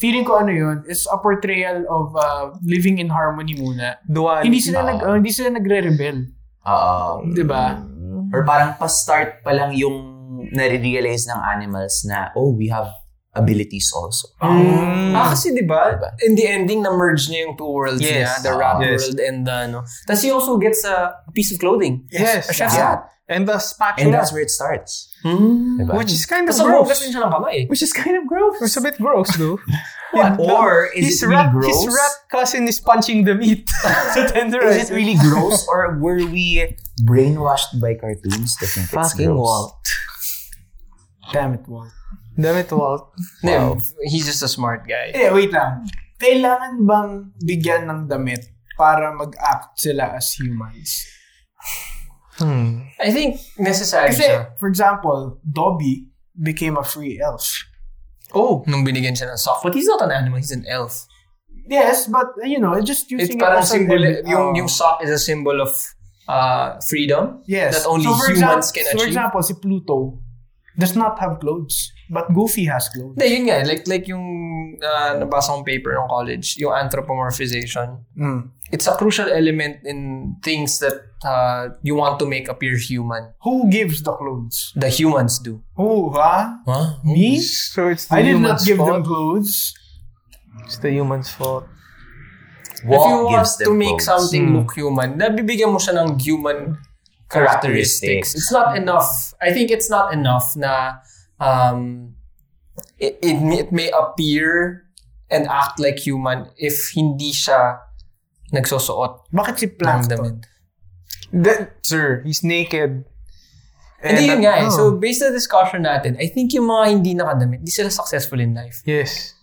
Speaker 2: feeling ko ano yun, is a portrayal of uh, living in harmony muna.
Speaker 3: Duality.
Speaker 2: Hindi sila,
Speaker 4: Ah.
Speaker 2: nag, oh, hindi sila nagre-rebel.
Speaker 4: Oo. Mm.
Speaker 2: Di ba?
Speaker 1: Diba?
Speaker 4: Or parang pa-start pa lang yung nare-realize ng animals na, oh, we have abilities also.
Speaker 3: Mm.
Speaker 1: Ah, kasi di ba?
Speaker 4: Diba?
Speaker 1: In the ending, na-merge niya yung two worlds
Speaker 3: Yes.
Speaker 1: niya. The rat
Speaker 4: Ah.
Speaker 3: Yes.
Speaker 1: world and the ano. Tapos he also gets a piece of clothing.
Speaker 3: Yes.
Speaker 1: A chef's
Speaker 4: Yeah.
Speaker 1: hat.
Speaker 3: And the
Speaker 4: And
Speaker 3: spatula.
Speaker 4: that's where it starts.
Speaker 1: Hmm.
Speaker 4: Diba?
Speaker 3: Which is kind of
Speaker 1: Tapos
Speaker 3: gross.
Speaker 1: mabugas din siya ng kamay. eh.
Speaker 3: Which is kind of gross. It's a bit gross though.
Speaker 4: What? Or is
Speaker 3: his
Speaker 4: it really
Speaker 3: rat,
Speaker 4: gross?
Speaker 3: His rat cousin is punching the meat to tenderize
Speaker 4: Is it really gross or were we brainwashed by cartoons to think it's
Speaker 3: Fucking
Speaker 4: gross?
Speaker 3: Walt.
Speaker 2: Damn it, Walt.
Speaker 3: Damn it, Walt.
Speaker 1: Hindi, He's just a smart guy.
Speaker 2: Eh, wait lang. Kailangan bang bigyan ng damit para mag-act sila as humans?
Speaker 3: Hmm.
Speaker 1: I think necessary
Speaker 2: Kasi,
Speaker 1: siya.
Speaker 2: for example, Dobby became a free elf.
Speaker 3: Oh.
Speaker 1: Nung binigyan siya ng sock. But he's not an animal, he's an elf.
Speaker 2: Yes, but, uh, you know, just
Speaker 1: It's
Speaker 2: using
Speaker 1: parang
Speaker 2: as an
Speaker 1: symbol,
Speaker 2: ev-
Speaker 1: yung,
Speaker 2: oh.
Speaker 1: yung sock is a symbol of uh, freedom.
Speaker 2: yes.
Speaker 1: That only
Speaker 2: So, for
Speaker 1: humans
Speaker 2: exam-
Speaker 1: can
Speaker 2: For
Speaker 1: achieve.
Speaker 2: example, si Pluto does not have clothes, but Goofy has clothes.
Speaker 1: Hindi, yun nga. Like, like yung uh, nabasa kong paper ng college, yung anthropomorphization.
Speaker 2: Mm.
Speaker 1: It's a crucial element in things that uh, you want to make appear human.
Speaker 2: Who gives the clothes?
Speaker 1: The humans do.
Speaker 2: Who, ha?
Speaker 1: Huh?
Speaker 2: Me?
Speaker 3: So it's the
Speaker 2: I did not
Speaker 3: human's
Speaker 2: give them
Speaker 3: fault.
Speaker 2: clothes.
Speaker 3: It's the human's fault.
Speaker 1: If you
Speaker 4: Walt
Speaker 1: want
Speaker 4: gives them
Speaker 1: to make
Speaker 4: clothes.
Speaker 1: something look human, nabibigyan mo siya ng human characteristics.
Speaker 4: Characteristics.
Speaker 1: It's not enough. I think it's not enough na um, it, it, may- it may appear and act like human if hindi siya nagsusuot
Speaker 2: Bakit si
Speaker 1: ng
Speaker 2: Plankton?
Speaker 1: damit.
Speaker 3: That, sir, he's naked. And
Speaker 1: Hindi yun
Speaker 3: that-
Speaker 1: nga eh.
Speaker 3: oh.
Speaker 1: So, based on the discussion natin, I think yung mga hindi nakadamit, di sila successful in life.
Speaker 3: Yes.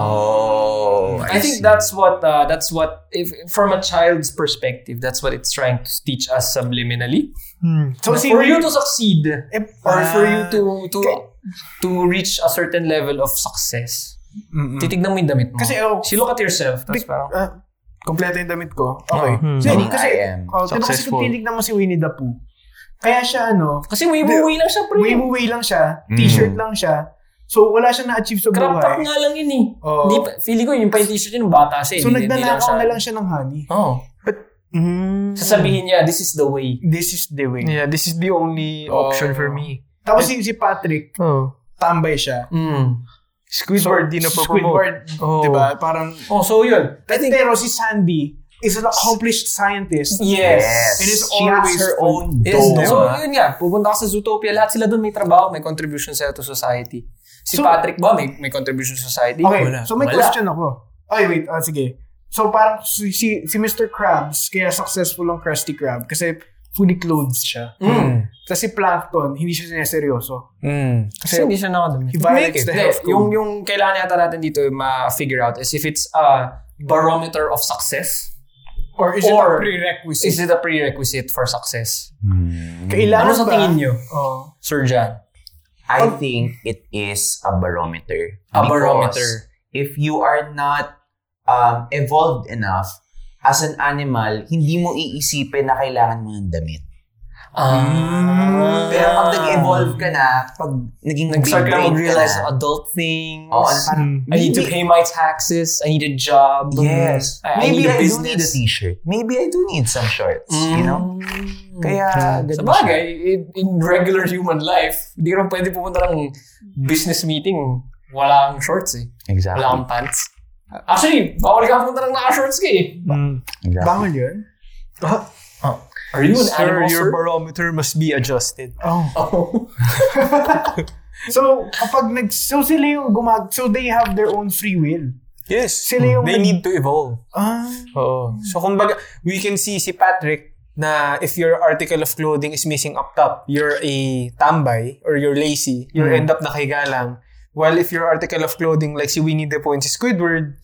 Speaker 4: Oh, I,
Speaker 1: I, think
Speaker 4: see.
Speaker 1: that's what, uh, that's what, if, from a child's perspective, that's what it's trying to teach us subliminally.
Speaker 2: Hmm. So, si
Speaker 1: for you to succeed,
Speaker 2: Eh,
Speaker 1: or for you
Speaker 2: ah,
Speaker 1: to, to, to reach a certain level of success, titignan mo yung damit mo.
Speaker 2: Hmm. Kasi, oh,
Speaker 1: so you look at yourself, tapos parang,
Speaker 2: ah, kompleto yung damit ko. Okay.
Speaker 3: Hmm.
Speaker 2: So,
Speaker 4: Meaning
Speaker 2: kasi,
Speaker 4: I am
Speaker 2: oh, diba kasi
Speaker 3: successful.
Speaker 2: kung tinignan mo si Winnie the Pooh, kaya siya ano,
Speaker 1: kasi wibu-wi lang siya, pre.
Speaker 3: Hmm.
Speaker 2: wave way lang siya,
Speaker 4: Mm.
Speaker 2: t-shirt lang siya, so wala siya na-achieve sa
Speaker 1: Crop top
Speaker 2: buhay.
Speaker 1: nga lang yun eh.
Speaker 2: Oo.
Speaker 1: Di pa, feeling ko yung pa yung t-shirt yun, bata siya. eh.
Speaker 2: So,
Speaker 1: Hindi- hindi
Speaker 2: nagdanakaw na lang siya ng honey.
Speaker 1: Oh. Sasabihin niya, this is the way.
Speaker 2: This is the way.
Speaker 3: Hmm. Yeah, this is the only
Speaker 2: Oh.
Speaker 3: option for me.
Speaker 2: Tapos si, si Patrick,
Speaker 3: Oh.
Speaker 2: tambay siya.
Speaker 1: Mm.
Speaker 3: Squidward, di na pa promote.
Speaker 2: Squidward,
Speaker 3: Oh.
Speaker 2: di ba? Parang,
Speaker 1: Oh, so yun.
Speaker 2: I think, pero si Sandy is an accomplished scientist.
Speaker 1: Yes.
Speaker 2: It is
Speaker 4: she has
Speaker 2: always
Speaker 4: her
Speaker 2: full.
Speaker 4: own
Speaker 1: Yes,
Speaker 4: dome.
Speaker 1: so yun nga, pupunta ka sa Zootopia, lahat sila doon may trabaho, may contribution sila to society. Si
Speaker 2: So-
Speaker 1: Patrick ba, may, may contribution to society?
Speaker 2: Okay,
Speaker 1: Wala.
Speaker 2: so may
Speaker 1: Wala.
Speaker 2: question ako. Ay, wait, ah, sige. So parang si, si, si Mr. Krabs, kaya successful ang Krusty Krab kasi fully clothed siya.
Speaker 1: Mm.
Speaker 2: Tapos si Plankton, hindi siya siniseryoso.
Speaker 3: Mm.
Speaker 1: Kasi hindi siya nakadumi.
Speaker 2: He violates
Speaker 3: Make it.
Speaker 2: the
Speaker 1: Hindi,
Speaker 2: health
Speaker 1: yung,
Speaker 2: code.
Speaker 1: yung kailangan yata natin dito ma-figure out is if it's a barometer of success
Speaker 2: Or is
Speaker 1: or-
Speaker 2: it a prerequisite?
Speaker 1: is it a prerequisite for success?
Speaker 2: Kailangan
Speaker 1: Ano sa
Speaker 2: ba-
Speaker 1: tingin nyo,
Speaker 2: Oh.
Speaker 1: Sir John?
Speaker 4: I think it is a barometer.
Speaker 1: A
Speaker 4: Because
Speaker 1: barometer.
Speaker 4: If you are not um, evolved enough as an animal, hindi mo iisipin na kailangan mo ng damit. Pero pag nag-evolve ka na, pag naging
Speaker 1: Ah. Nag-start
Speaker 4: big
Speaker 1: ka
Speaker 4: brain
Speaker 1: mag-realize
Speaker 4: ka na,
Speaker 1: adult things.
Speaker 4: oo, ano, parang,
Speaker 1: I need to
Speaker 4: maybe-
Speaker 1: pay my taxes. I need a job.
Speaker 4: Yes.
Speaker 1: I, I
Speaker 4: Maybe
Speaker 1: need a
Speaker 4: I, do need a
Speaker 1: business. Mm.
Speaker 4: t-shirt. Maybe I do need some shorts. You know? Kaya,
Speaker 1: Sa
Speaker 4: ganun
Speaker 1: bagay, in, in regular human life, hindi ka rin pwede pumunta ng business meeting. Wala kang shorts eh.
Speaker 4: siya. Exactly.
Speaker 1: Wala kang pants. Actually, bawal ka pumunta ng naka-shorts ka eh.
Speaker 3: Mm.
Speaker 4: exactly.
Speaker 2: Bawal yun?
Speaker 1: Are you an
Speaker 3: Sir,
Speaker 1: animal,
Speaker 3: your
Speaker 1: sir?
Speaker 3: barometer must be adjusted.
Speaker 2: Oh.
Speaker 1: Oh.
Speaker 2: So, kapag nag... So, sila yung gumag... So, they have their own free will.
Speaker 3: Yes.
Speaker 2: Sila yung
Speaker 3: they
Speaker 2: nag-
Speaker 3: need to evolve.
Speaker 2: Ah.
Speaker 3: Oo. So, kumbaga, we can see si Patrick na if your article of clothing is missing up top, you're a tambay or you're lazy, you'll end up nakahiga lang. While if your article of clothing like si Winnie the Pooh and si Squidward,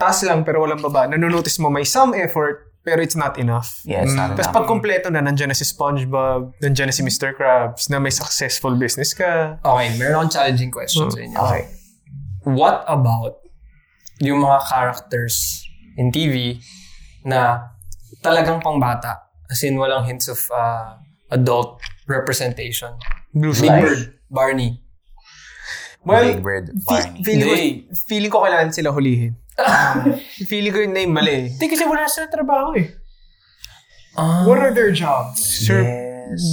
Speaker 3: taas lang pero walang baba, nanonotice mo may some effort pero it's not enough.
Speaker 4: Yeah, it's not
Speaker 3: Tapos
Speaker 4: enough.
Speaker 3: pag kumpleto na, nandiyan na si SpongeBob, nandiyan na si Mr. Krabs, na may successful business ka.
Speaker 1: Okay, meron akong challenging question sa inyo.
Speaker 4: Okay.
Speaker 1: What about yung mga characters in TV na talagang pangbata? As in, walang hints of uh, adult representation.
Speaker 3: Blue
Speaker 1: Big
Speaker 4: Like-
Speaker 1: Bird, Barney.
Speaker 3: Well,
Speaker 4: Big Bird,
Speaker 3: Fe-
Speaker 4: Barney.
Speaker 3: feeling, ko,
Speaker 1: Hindi.
Speaker 3: feeling ko kailangan sila hulihin. feeling ko yung name mali eh.
Speaker 2: Hindi kasi wala sila trabaho eh.
Speaker 1: Ah.
Speaker 2: What are their jobs?
Speaker 3: Sir,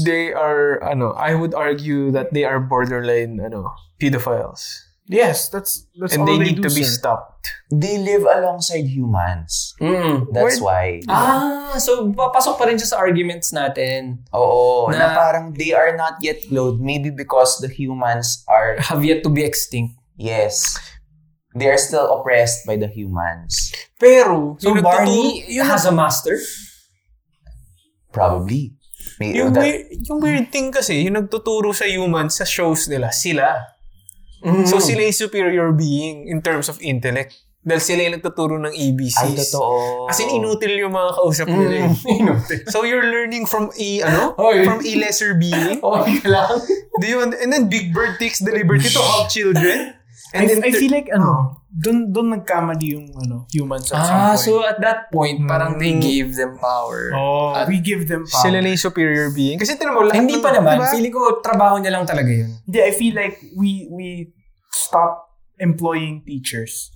Speaker 3: they are, ano, I would argue that they are borderline, ano, pedophiles.
Speaker 2: Yes, that's that's
Speaker 3: and
Speaker 2: all
Speaker 3: they,
Speaker 2: they,
Speaker 3: need
Speaker 2: do,
Speaker 3: to be
Speaker 2: sir.
Speaker 3: stopped.
Speaker 4: They live alongside humans.
Speaker 1: Mm.
Speaker 4: That's why.
Speaker 1: Ah, so papasok pa rin siya sa arguments natin.
Speaker 4: Oo,
Speaker 1: Na-
Speaker 4: na, parang they are not yet clothed. Maybe because the humans are,
Speaker 1: Have yet to be extinct.
Speaker 4: yes, they are still oppressed by the humans.
Speaker 3: Pero,
Speaker 1: So
Speaker 3: yung
Speaker 1: Barney
Speaker 3: nagtuturo- yung,
Speaker 1: has a master?
Speaker 4: Probably. May,
Speaker 3: yung,
Speaker 4: that-
Speaker 3: weir- yung weird thing kasi, yung nagtuturo sa humans sa shows nila, sila. So sila yung superior being in terms of intellect. Dahil sila yung nagtuturo ng ABCs.
Speaker 4: ay, totoo.
Speaker 3: As in, inutil yung mga kausap nila. eh. So you're learning from a, ano?
Speaker 1: Oy.
Speaker 3: From a lesser being.
Speaker 1: Okay lang.
Speaker 3: Do you want, and then Big Bird takes the liberty to help children.
Speaker 2: And
Speaker 3: And then
Speaker 2: I, I feel like ano, dun dun nagkamali yung ano, humans at some
Speaker 1: Ah,
Speaker 2: point.
Speaker 1: so at that point, parang they gave them power.
Speaker 2: oh,
Speaker 1: at-
Speaker 2: we give them power.
Speaker 3: sila na yung superior being. Kasi tinan mo, lahat
Speaker 1: Hindi
Speaker 3: ng-
Speaker 1: pa naman.
Speaker 3: diba?
Speaker 1: Feeling ko trabaho niya lang talaga yun.
Speaker 2: Hindi, I feel like we we stop employing teachers.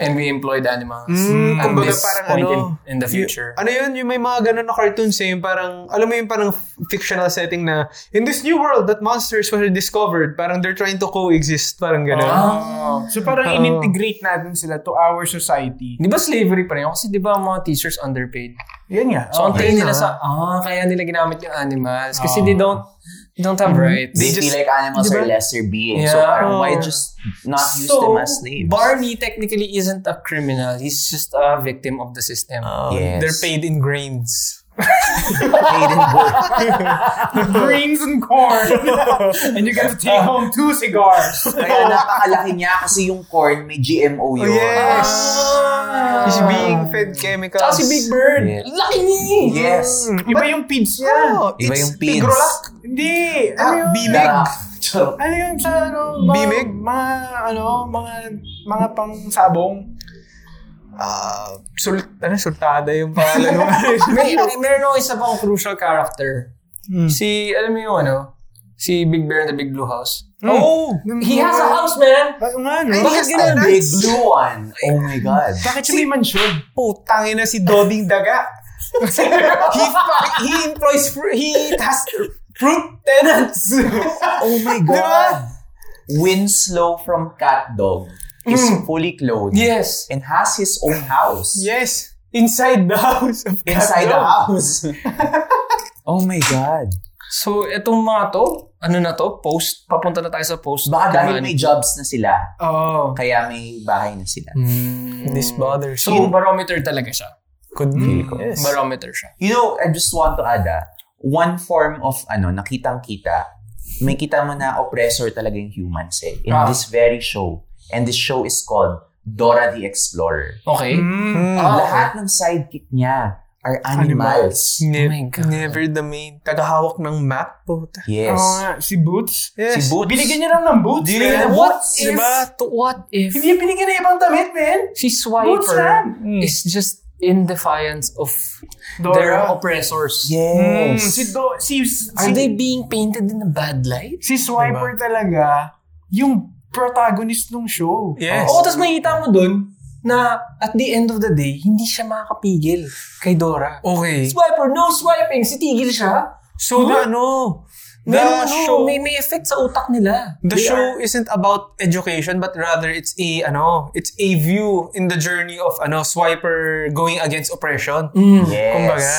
Speaker 1: And we employed animals.
Speaker 3: Mm,
Speaker 1: at
Speaker 3: kumbaga
Speaker 1: this
Speaker 3: parang
Speaker 1: point
Speaker 3: ano,
Speaker 1: in, in the future.
Speaker 3: Yung- ano yun, yung may mga ganun na cartoons eh, yung parang, alam mo yung parang fictional setting na, in this new world that monsters were discovered, parang they're trying to coexist, parang ganun.
Speaker 1: ah.
Speaker 2: So parang
Speaker 3: Oo.
Speaker 2: inintegrate natin sila to our society.
Speaker 1: Di ba slavery pa rin? Kasi di ba ang mga teachers underpaid?
Speaker 2: Yan nga.
Speaker 1: So, ang
Speaker 2: Okay.
Speaker 1: tingin nila sa, ah, kaya nila ginamit yung animals. Kasi they don't, they don't have rights.
Speaker 4: They
Speaker 3: just-
Speaker 4: feel like animals
Speaker 3: diba?
Speaker 4: are lesser beings. So
Speaker 1: Yeah.
Speaker 4: parang why just not use them as slaves?
Speaker 1: Barney technically isn't a criminal. He's just a victim of the system.
Speaker 3: Um,
Speaker 4: Yes.
Speaker 3: They're paid in grains.
Speaker 4: Paid in gold.
Speaker 2: Greens and corn. and you get to take home two cigars.
Speaker 4: Kaya napakalaki niya kasi yung corn may GMO yun.
Speaker 3: Oh, yes!
Speaker 1: Ah.
Speaker 3: He's being fed chemicals.
Speaker 1: Tsaka si Big Bird.
Speaker 4: Yeah.
Speaker 1: Laki niya!
Speaker 4: Yes.
Speaker 3: Mm.
Speaker 2: Iba yung pids niya.
Speaker 3: Yeah,
Speaker 4: Iba
Speaker 3: it's
Speaker 4: yung pins.
Speaker 3: Tigrolak.
Speaker 2: Hindi.
Speaker 4: Ah,
Speaker 2: Ano yun?
Speaker 3: Bimig.
Speaker 4: Charot.
Speaker 2: Ano yung sa ano? Mga,
Speaker 3: Bimig?
Speaker 2: Mga ano, mga mga pang sabong.
Speaker 3: Ah, sul- ano, sultada yung pangalan mo.
Speaker 1: may, may, meron ako isa pang crucial character. Si, alam mo yung ano? Si Big Bear in the Big Blue House.
Speaker 3: oh!
Speaker 1: He has a house, man!
Speaker 2: Ano nga, no?
Speaker 3: Ay,
Speaker 2: Bakit
Speaker 3: yes,
Speaker 2: ganun?
Speaker 3: ah,
Speaker 4: Big blue one. Oh my God.
Speaker 2: Bakit siya may mansyon?
Speaker 3: Putangin na si Doding Daga. he, fa- he employs, fr- he has fruit tenants.
Speaker 4: Oh my God. Winslow from Cat Dog. is
Speaker 1: Mm.
Speaker 4: fully clothed
Speaker 1: Yes.
Speaker 4: and has his own house
Speaker 3: Yes. Inside the house of
Speaker 4: inside the house. oh my God.
Speaker 1: So, itong mga to, ano na to, post, papunta na tayo sa post.
Speaker 4: Baka dahil
Speaker 1: Kumain.
Speaker 4: may jobs na sila,
Speaker 3: Oh.
Speaker 4: kaya may bahay na sila.
Speaker 1: Mm.
Speaker 3: This bothers
Speaker 1: So,
Speaker 3: you.
Speaker 1: barometer talaga siya.
Speaker 3: Could be. Yes.
Speaker 1: Barometer siya.
Speaker 4: You know, I just want to add ah, one form of ano, nakitang-kita, may kita mo na oppressor talaga yung humans eh, in
Speaker 1: Ah.
Speaker 4: this very show. And this show is called Dora the Explorer.
Speaker 1: Okay?
Speaker 3: Mm.
Speaker 1: Ah, okay.
Speaker 4: Lahat ng sidekick niya are animals.
Speaker 3: Ne-
Speaker 1: Oh my God.
Speaker 3: Never the main. Tagahawak ng map.
Speaker 1: Hmm.
Speaker 3: Puta.
Speaker 4: Yes.
Speaker 2: Oo nga, si Boots.
Speaker 3: Yes.
Speaker 4: Si Boots.
Speaker 2: Binigyan niya lang ng Boots.
Speaker 4: Binigyan niya
Speaker 2: man.
Speaker 4: ng
Speaker 1: What
Speaker 4: Boots,
Speaker 1: if,
Speaker 3: diba?
Speaker 1: to what if
Speaker 2: Hindi niya binigyan ng ibang damit, man.
Speaker 1: si
Speaker 2: Boots lang.
Speaker 1: Swiper Mm. is just in defiance of
Speaker 2: Dora.
Speaker 1: their oppressors?
Speaker 2: Mm,
Speaker 4: Yes.
Speaker 2: si, Do, si, si,
Speaker 1: Are they being painted in a bad light?
Speaker 2: si Swiper talaga, yung protagonist ng show.
Speaker 3: Yes.
Speaker 1: Oo, tapos makikita mo dun na at the end of the day, hindi siya makakapigil kay Dora.
Speaker 3: Okay.
Speaker 1: Swiper, no swiping! Sitigil siya.
Speaker 3: So, the, ano, the
Speaker 1: Meron ano,
Speaker 3: show,
Speaker 1: may, may effect sa utak nila.
Speaker 3: the
Speaker 1: They
Speaker 3: show isn't about education, but rather it's a, ano, it's a view in the journey of, ano, swiper going against oppression.
Speaker 4: yes.
Speaker 3: Kumbaga.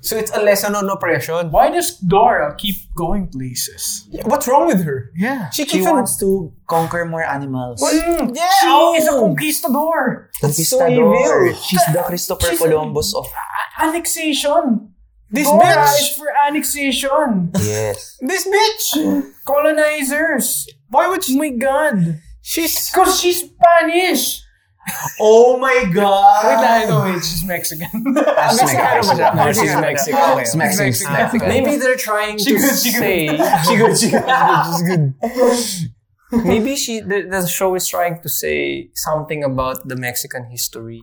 Speaker 3: So, it's a lesson on oppression.
Speaker 2: Why does Dora keep going places?
Speaker 3: What's wrong with her?
Speaker 2: Yeah.
Speaker 3: She
Speaker 4: She
Speaker 3: keeps on...
Speaker 4: wants to conquer more animals.
Speaker 2: Mm,
Speaker 3: Yeah,
Speaker 2: she
Speaker 3: oh.
Speaker 2: is a conquistador.
Speaker 4: Conquistador. She's the Christopher
Speaker 2: she's-
Speaker 4: Columbus of...
Speaker 2: Annexation.
Speaker 3: This
Speaker 2: Dora is
Speaker 3: bitch!
Speaker 2: for annexation.
Speaker 4: Yes.
Speaker 3: This bitch!
Speaker 2: Colonizers.
Speaker 3: Why would she...
Speaker 2: Oh my God.
Speaker 3: She's...
Speaker 2: Because she's Spanish.
Speaker 4: oh my God!
Speaker 2: Wait
Speaker 1: Ah.
Speaker 2: lang, no, wait, she's Mexican.
Speaker 4: Ah, she's
Speaker 2: Mexicano ba siya?
Speaker 4: Mexican. No, she's
Speaker 1: Mexican.
Speaker 2: Okay,
Speaker 4: She's
Speaker 2: okay.
Speaker 4: Mexican. She's Mexican.
Speaker 1: Maybe they're trying
Speaker 2: She
Speaker 1: to
Speaker 2: good, she good.
Speaker 1: say.
Speaker 4: She good, she good.
Speaker 3: She's good.
Speaker 1: maybe she the, the show is trying to say something about the Mexican history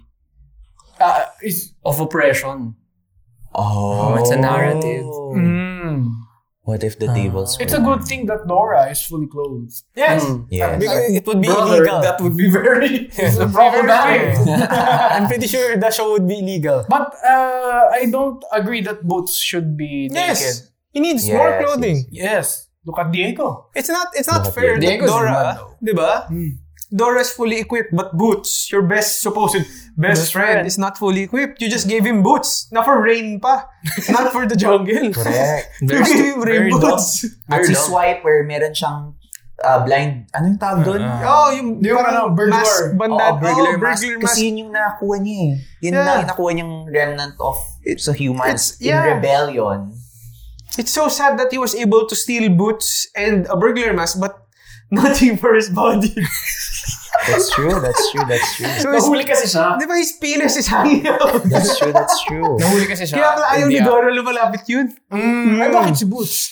Speaker 2: Uh, is,
Speaker 1: of oppression.
Speaker 4: Oh,
Speaker 1: it's a narrative.
Speaker 4: What if the tables
Speaker 2: it's a good thing that Dora is fully clothed.
Speaker 3: Yes.
Speaker 1: Mm.
Speaker 4: Yeah.
Speaker 3: Because it would be
Speaker 1: Brother.
Speaker 3: illegal. That would be very...
Speaker 2: Problematic.
Speaker 3: I'm pretty sure the show would be illegal.
Speaker 2: But uh, I don't agree that boots should be naked.
Speaker 3: Yes. He needs
Speaker 4: Yes,
Speaker 3: more clothing.
Speaker 2: Yes. Look at Diego.
Speaker 3: It's not it's not
Speaker 4: Look at
Speaker 3: fair
Speaker 4: Diego.
Speaker 1: Diego's
Speaker 3: that
Speaker 1: mad
Speaker 3: Dora, 'di ba? Dora is fully equipped but boots, your best supposed best, friend,
Speaker 2: friend.
Speaker 3: is not fully equipped. You just gave him boots. Na for rain pa, not for the jungle.
Speaker 4: Correct.
Speaker 3: You
Speaker 1: Very
Speaker 3: gave him rain
Speaker 1: very dumb.
Speaker 3: boots.
Speaker 4: At si Swiper, meron siyang uh, blind... Anong tawag doon?
Speaker 3: Oh, yung,
Speaker 2: Yung
Speaker 3: parang
Speaker 2: ano, burglar.
Speaker 3: mask bandad.
Speaker 4: Oo, burglar
Speaker 3: oh,
Speaker 4: mask.
Speaker 3: burglar mask.
Speaker 4: Kasi yun yung nakakuha niya eh. Yun
Speaker 3: Yeah.
Speaker 4: na nakuha niyang remnant of eh, sa humans
Speaker 3: It's- yeah.
Speaker 4: in rebellion.
Speaker 3: It's so sad that he was able to steal boots and a burglar mask but nothing for his body.
Speaker 4: That's true, that's true, that's true.
Speaker 3: so his,
Speaker 1: Nahuli kasi siya.
Speaker 3: di ba his penis is hanging out?
Speaker 4: That's true, that's true.
Speaker 1: Nahuli kasi siya.
Speaker 3: Kaya pala ayaw
Speaker 1: Hindi
Speaker 3: ni
Speaker 1: ah.
Speaker 3: Dora lumalapit yun.
Speaker 2: Ay, bakit si Boots?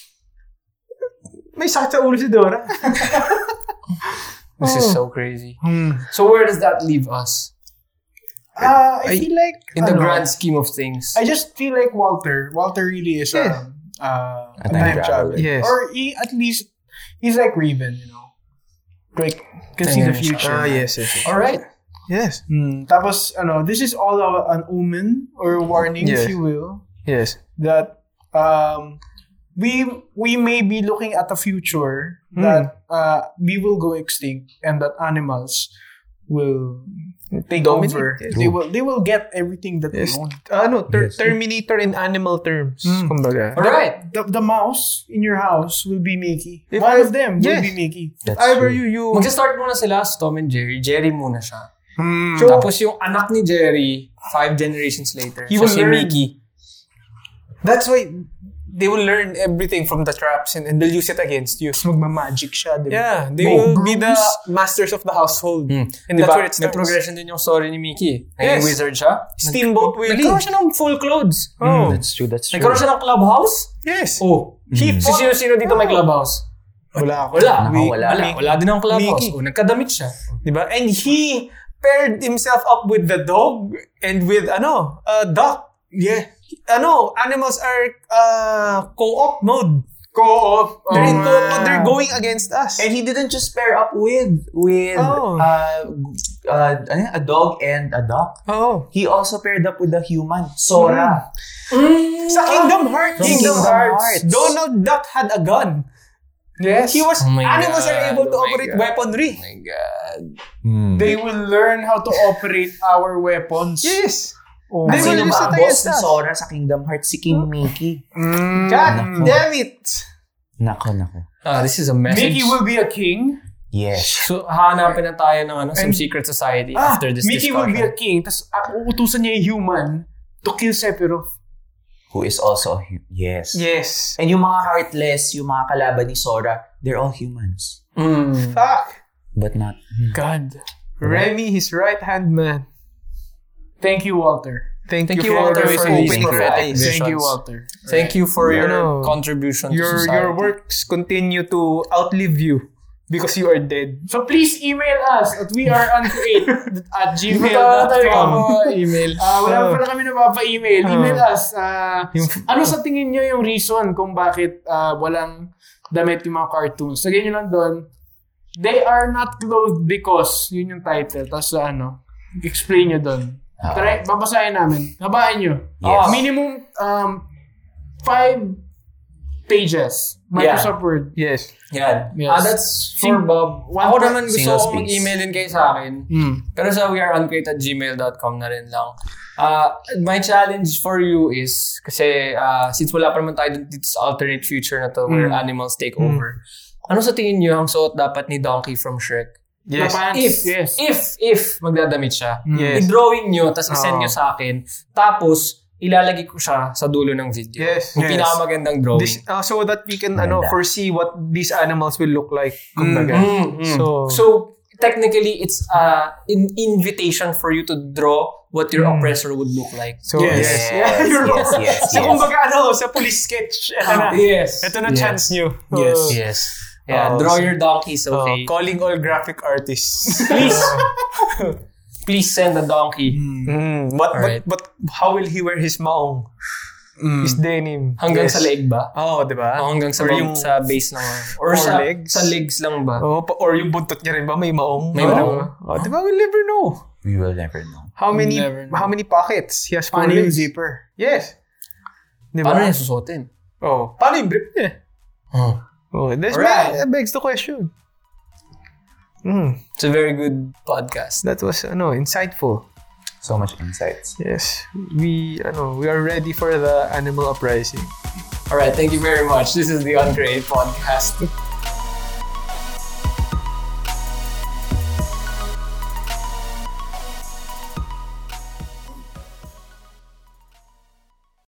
Speaker 3: May sakit sa ulo si Dora.
Speaker 1: This is so crazy. So where does that leave us
Speaker 2: Uh, I,
Speaker 3: I-
Speaker 2: feel like...
Speaker 1: in the
Speaker 2: ano,
Speaker 1: grand scheme of things?
Speaker 2: I just feel like Walter. Walter really is
Speaker 3: Yeah.
Speaker 2: a, uh, a
Speaker 4: A
Speaker 2: time,
Speaker 4: time
Speaker 2: traveler.
Speaker 4: traveler.
Speaker 3: Yes.
Speaker 2: Or he, at least, he's like Raven, you know. Like, can see the
Speaker 1: Tingin siya.
Speaker 2: future.
Speaker 3: Ah, yes, yes.
Speaker 1: All right.
Speaker 3: Yes.
Speaker 2: Mm, tapos, ano, this is all a, an omen or a warning, if
Speaker 3: Yes.
Speaker 2: you will,
Speaker 3: Yes.
Speaker 2: that um, we we may be looking at a future
Speaker 3: Mm.
Speaker 2: that uh, we will go extinct and that animals will take
Speaker 3: Dominate,
Speaker 2: over.
Speaker 3: yes.
Speaker 2: They will they will get everything that
Speaker 3: Yes. Hmm.
Speaker 2: they own.
Speaker 3: Ano, ter-
Speaker 4: Yes.
Speaker 3: Terminator in animal terms.
Speaker 2: Mm.
Speaker 3: Kumbaga.
Speaker 1: All right.
Speaker 2: The, the mouse in your house will be Mickey.
Speaker 3: If
Speaker 2: One
Speaker 3: I-
Speaker 2: of them
Speaker 3: Yes.
Speaker 2: will be Mickey.
Speaker 4: That's
Speaker 3: Either
Speaker 4: true.
Speaker 3: you, you...
Speaker 1: Magsa-start muna sila sa Tom and Jerry. Jerry muna siya.
Speaker 2: Hmm.
Speaker 3: So,
Speaker 1: Tapos yung anak ni Jerry, five generations later,
Speaker 3: He
Speaker 1: siya
Speaker 3: will
Speaker 1: si
Speaker 3: learn.
Speaker 1: Mickey.
Speaker 3: that's why they will learn everything from the traps and, and they'll use it against you.
Speaker 2: Tapos magma-magic siya, di ba?
Speaker 3: Yeah, they
Speaker 2: Make
Speaker 3: will be the
Speaker 2: brooms.
Speaker 3: masters of the household. And
Speaker 1: Diba?
Speaker 3: that's where it
Speaker 1: May
Speaker 3: starts.
Speaker 1: progression din yung story ni Mickey. eh. Naging
Speaker 3: Yes.
Speaker 1: wizard siya.
Speaker 3: Steamboat Willie.
Speaker 1: Nagkaroon siya ng full clothes. Hmm,
Speaker 3: Oh.
Speaker 4: That's true, that's true.
Speaker 1: Nagkaroon siya ng clubhouse.
Speaker 3: Yes.
Speaker 1: Oh.
Speaker 3: He
Speaker 1: Si
Speaker 3: fought.
Speaker 1: sino-sino dito may clubhouse?
Speaker 3: Wala ako.
Speaker 1: Wala.
Speaker 4: Nakawala.
Speaker 1: Ah, Wala. Wala din ang clubhouse.
Speaker 3: Mickey.
Speaker 1: Oh, nagkadamit siya.
Speaker 3: Diba? And he paired himself up with the dog and with, ano, a duck. Yeah. Ano, animals are uh, co-op mode.
Speaker 2: Co-op.
Speaker 3: They're,
Speaker 2: Oh,
Speaker 3: in co-op,
Speaker 2: ah.
Speaker 3: they're going against us.
Speaker 4: And he didn't just pair up with with
Speaker 3: Oh.
Speaker 4: uh, uh, ano yun, a dog and a duck.
Speaker 3: oh.
Speaker 4: He also paired up with a human, Sora.
Speaker 3: Hmm. Sa Kingdom Hearts.
Speaker 4: From Kingdom Hearts.
Speaker 3: Donald Duck had a gun.
Speaker 2: Yes.
Speaker 3: He was,
Speaker 1: Oh my
Speaker 3: animals are
Speaker 1: God,
Speaker 3: able to
Speaker 1: oh my
Speaker 3: operate
Speaker 1: God.
Speaker 3: weaponry.
Speaker 1: my God.
Speaker 2: They will learn how to operate our weapons.
Speaker 3: Yes.
Speaker 2: Oh my
Speaker 3: They
Speaker 4: At
Speaker 3: will
Speaker 4: sino
Speaker 3: use it
Speaker 4: ba ang
Speaker 3: against
Speaker 4: boss ni
Speaker 3: us.
Speaker 4: Sora sa Kingdom Hearts? Si King Mickey.
Speaker 2: Mm.
Speaker 3: God damn it.
Speaker 4: Nako, nako.
Speaker 1: Ah, this is a message.
Speaker 2: Mickey will be a king.
Speaker 4: Yes.
Speaker 1: So, hahanapin na tayo ng ano, some
Speaker 2: And-
Speaker 1: secret society
Speaker 2: Ah,
Speaker 1: after this
Speaker 2: Mickey will
Speaker 1: discussion.
Speaker 2: be a king. Tapos uh, uutusan niya yung human to kill Sephiroth.
Speaker 4: Who is also a hum- Yes.
Speaker 3: Yes.
Speaker 4: And yung mga heartless, yung mga kalaban ni Sora, they're all humans.
Speaker 1: Mm.
Speaker 3: Fuck.
Speaker 4: But not.
Speaker 2: God.
Speaker 3: Remy, his right hand man.
Speaker 2: Thank you, Walter.
Speaker 3: Thank,
Speaker 1: Thank
Speaker 3: you,
Speaker 1: you,
Speaker 3: Walter,
Speaker 1: Walter,
Speaker 3: for
Speaker 1: for these
Speaker 3: opening your
Speaker 1: prophetic
Speaker 3: eyes.
Speaker 1: visions.
Speaker 2: Thank you, Walter.
Speaker 1: Thank you for your
Speaker 3: Ano,
Speaker 1: contribution to
Speaker 3: Your,
Speaker 1: society.
Speaker 3: your works continue to outlive you because you are dead.
Speaker 2: So please email us at weareoncreate at gmail.com.
Speaker 3: Oh,
Speaker 1: Gmail.com. email.
Speaker 2: Ah, wala pa na kami napapa-email. Email
Speaker 3: Ah.
Speaker 2: us. ah,
Speaker 3: Yung-
Speaker 2: ano sa tingin nyo yung reason kung bakit ah, walang damit yung mga cartoons? Lagyan nyo lang doon, They are not clothed because, yun yung title. Tapos sa ano, explain nyo doon.
Speaker 4: Ah.
Speaker 2: Try, babasahin namin. Habaan nyo.
Speaker 4: Yes.
Speaker 3: Oh,
Speaker 2: minimum um, five pages. Microsoft Word.
Speaker 3: Yes.
Speaker 1: Yan.
Speaker 2: Yes.
Speaker 1: Ah, that's for
Speaker 2: Sing-
Speaker 1: Bob.
Speaker 2: One
Speaker 1: Ako
Speaker 2: per-
Speaker 1: naman gusto
Speaker 4: single
Speaker 1: ko
Speaker 4: space.
Speaker 1: mag-email din kayo sa akin. Pero sa weareoncreate at gmail.com na rin lang. Ah, my challenge for you is, kasi ah, since wala pa naman tayo dito sa alternate future na to where
Speaker 2: Mm.
Speaker 1: animals take over, ano sa tingin nyo ang suot dapat ni Donkey from Shrek?
Speaker 3: Yes.
Speaker 2: Napan-
Speaker 1: If,
Speaker 2: Yes.
Speaker 1: if, if magdadamit siya,
Speaker 3: Yes.
Speaker 1: i-drawing nyo, tapos i-send
Speaker 3: Oo.
Speaker 1: nyo sa akin, tapos ilalagay ko siya sa dulo ng video.
Speaker 3: Yes.
Speaker 1: Yung
Speaker 2: Yes.
Speaker 1: pinakamagandang drawing.
Speaker 3: This, uh, so that we can ano,
Speaker 4: Maganda.
Speaker 3: foresee what these animals will look like. Kumbaga.
Speaker 1: Mm, mm.
Speaker 3: So-
Speaker 1: so technically it's uh, an invitation for you to draw what
Speaker 3: Mm.
Speaker 1: your oppressor would look like.
Speaker 3: So,
Speaker 2: Yes.
Speaker 3: yes.
Speaker 4: Yes, yes, yes,
Speaker 3: So,
Speaker 4: yes.
Speaker 3: kumbaga, ano, sa police sketch, eto na.
Speaker 2: Yes.
Speaker 3: Eto na
Speaker 1: Yes.
Speaker 3: chance nyo.
Speaker 2: Yes.
Speaker 3: Uh,
Speaker 1: Ah, Yes. Yeah,
Speaker 3: Oh,
Speaker 1: draw
Speaker 3: so-
Speaker 1: your donkeys,
Speaker 3: uh,
Speaker 1: okay?
Speaker 3: calling all graphic artists.
Speaker 1: please, please send a donkey.
Speaker 3: Mm, but,
Speaker 1: Alright.
Speaker 3: but, but how will he wear his maong? His denim.
Speaker 1: Hanggang
Speaker 3: Yes.
Speaker 1: sa leeg ba?
Speaker 3: Oo, oh, di ba?
Speaker 1: O hanggang sa,
Speaker 3: Or
Speaker 1: bab-
Speaker 3: yung-
Speaker 1: sa base ng... Or,
Speaker 3: Or
Speaker 1: sa,
Speaker 3: legs?
Speaker 1: sa legs lang ba?
Speaker 3: Oh, pa- or yung buntot niya rin ba may maong?
Speaker 1: May maong.
Speaker 3: Oh, di ba? We'll never know.
Speaker 4: We will never know.
Speaker 3: How many
Speaker 1: never know.
Speaker 3: how many pockets? He has four
Speaker 2: Paano yung
Speaker 3: legs.
Speaker 2: zipper?
Speaker 3: Yes. Di
Speaker 1: Paano
Speaker 3: ba?
Speaker 1: niya susuotin?
Speaker 3: Oh, paano yung brief niya?
Speaker 1: Oh.
Speaker 3: Oh, this
Speaker 1: Alright.
Speaker 3: that begs the question. Hmm,
Speaker 1: It's a very good podcast.
Speaker 3: that was ano, insightful.
Speaker 4: So much insights.
Speaker 3: Yes, we ano, we are ready for the animal uprising.
Speaker 1: Alright, thank you very much. This is the Uncreate Podcast.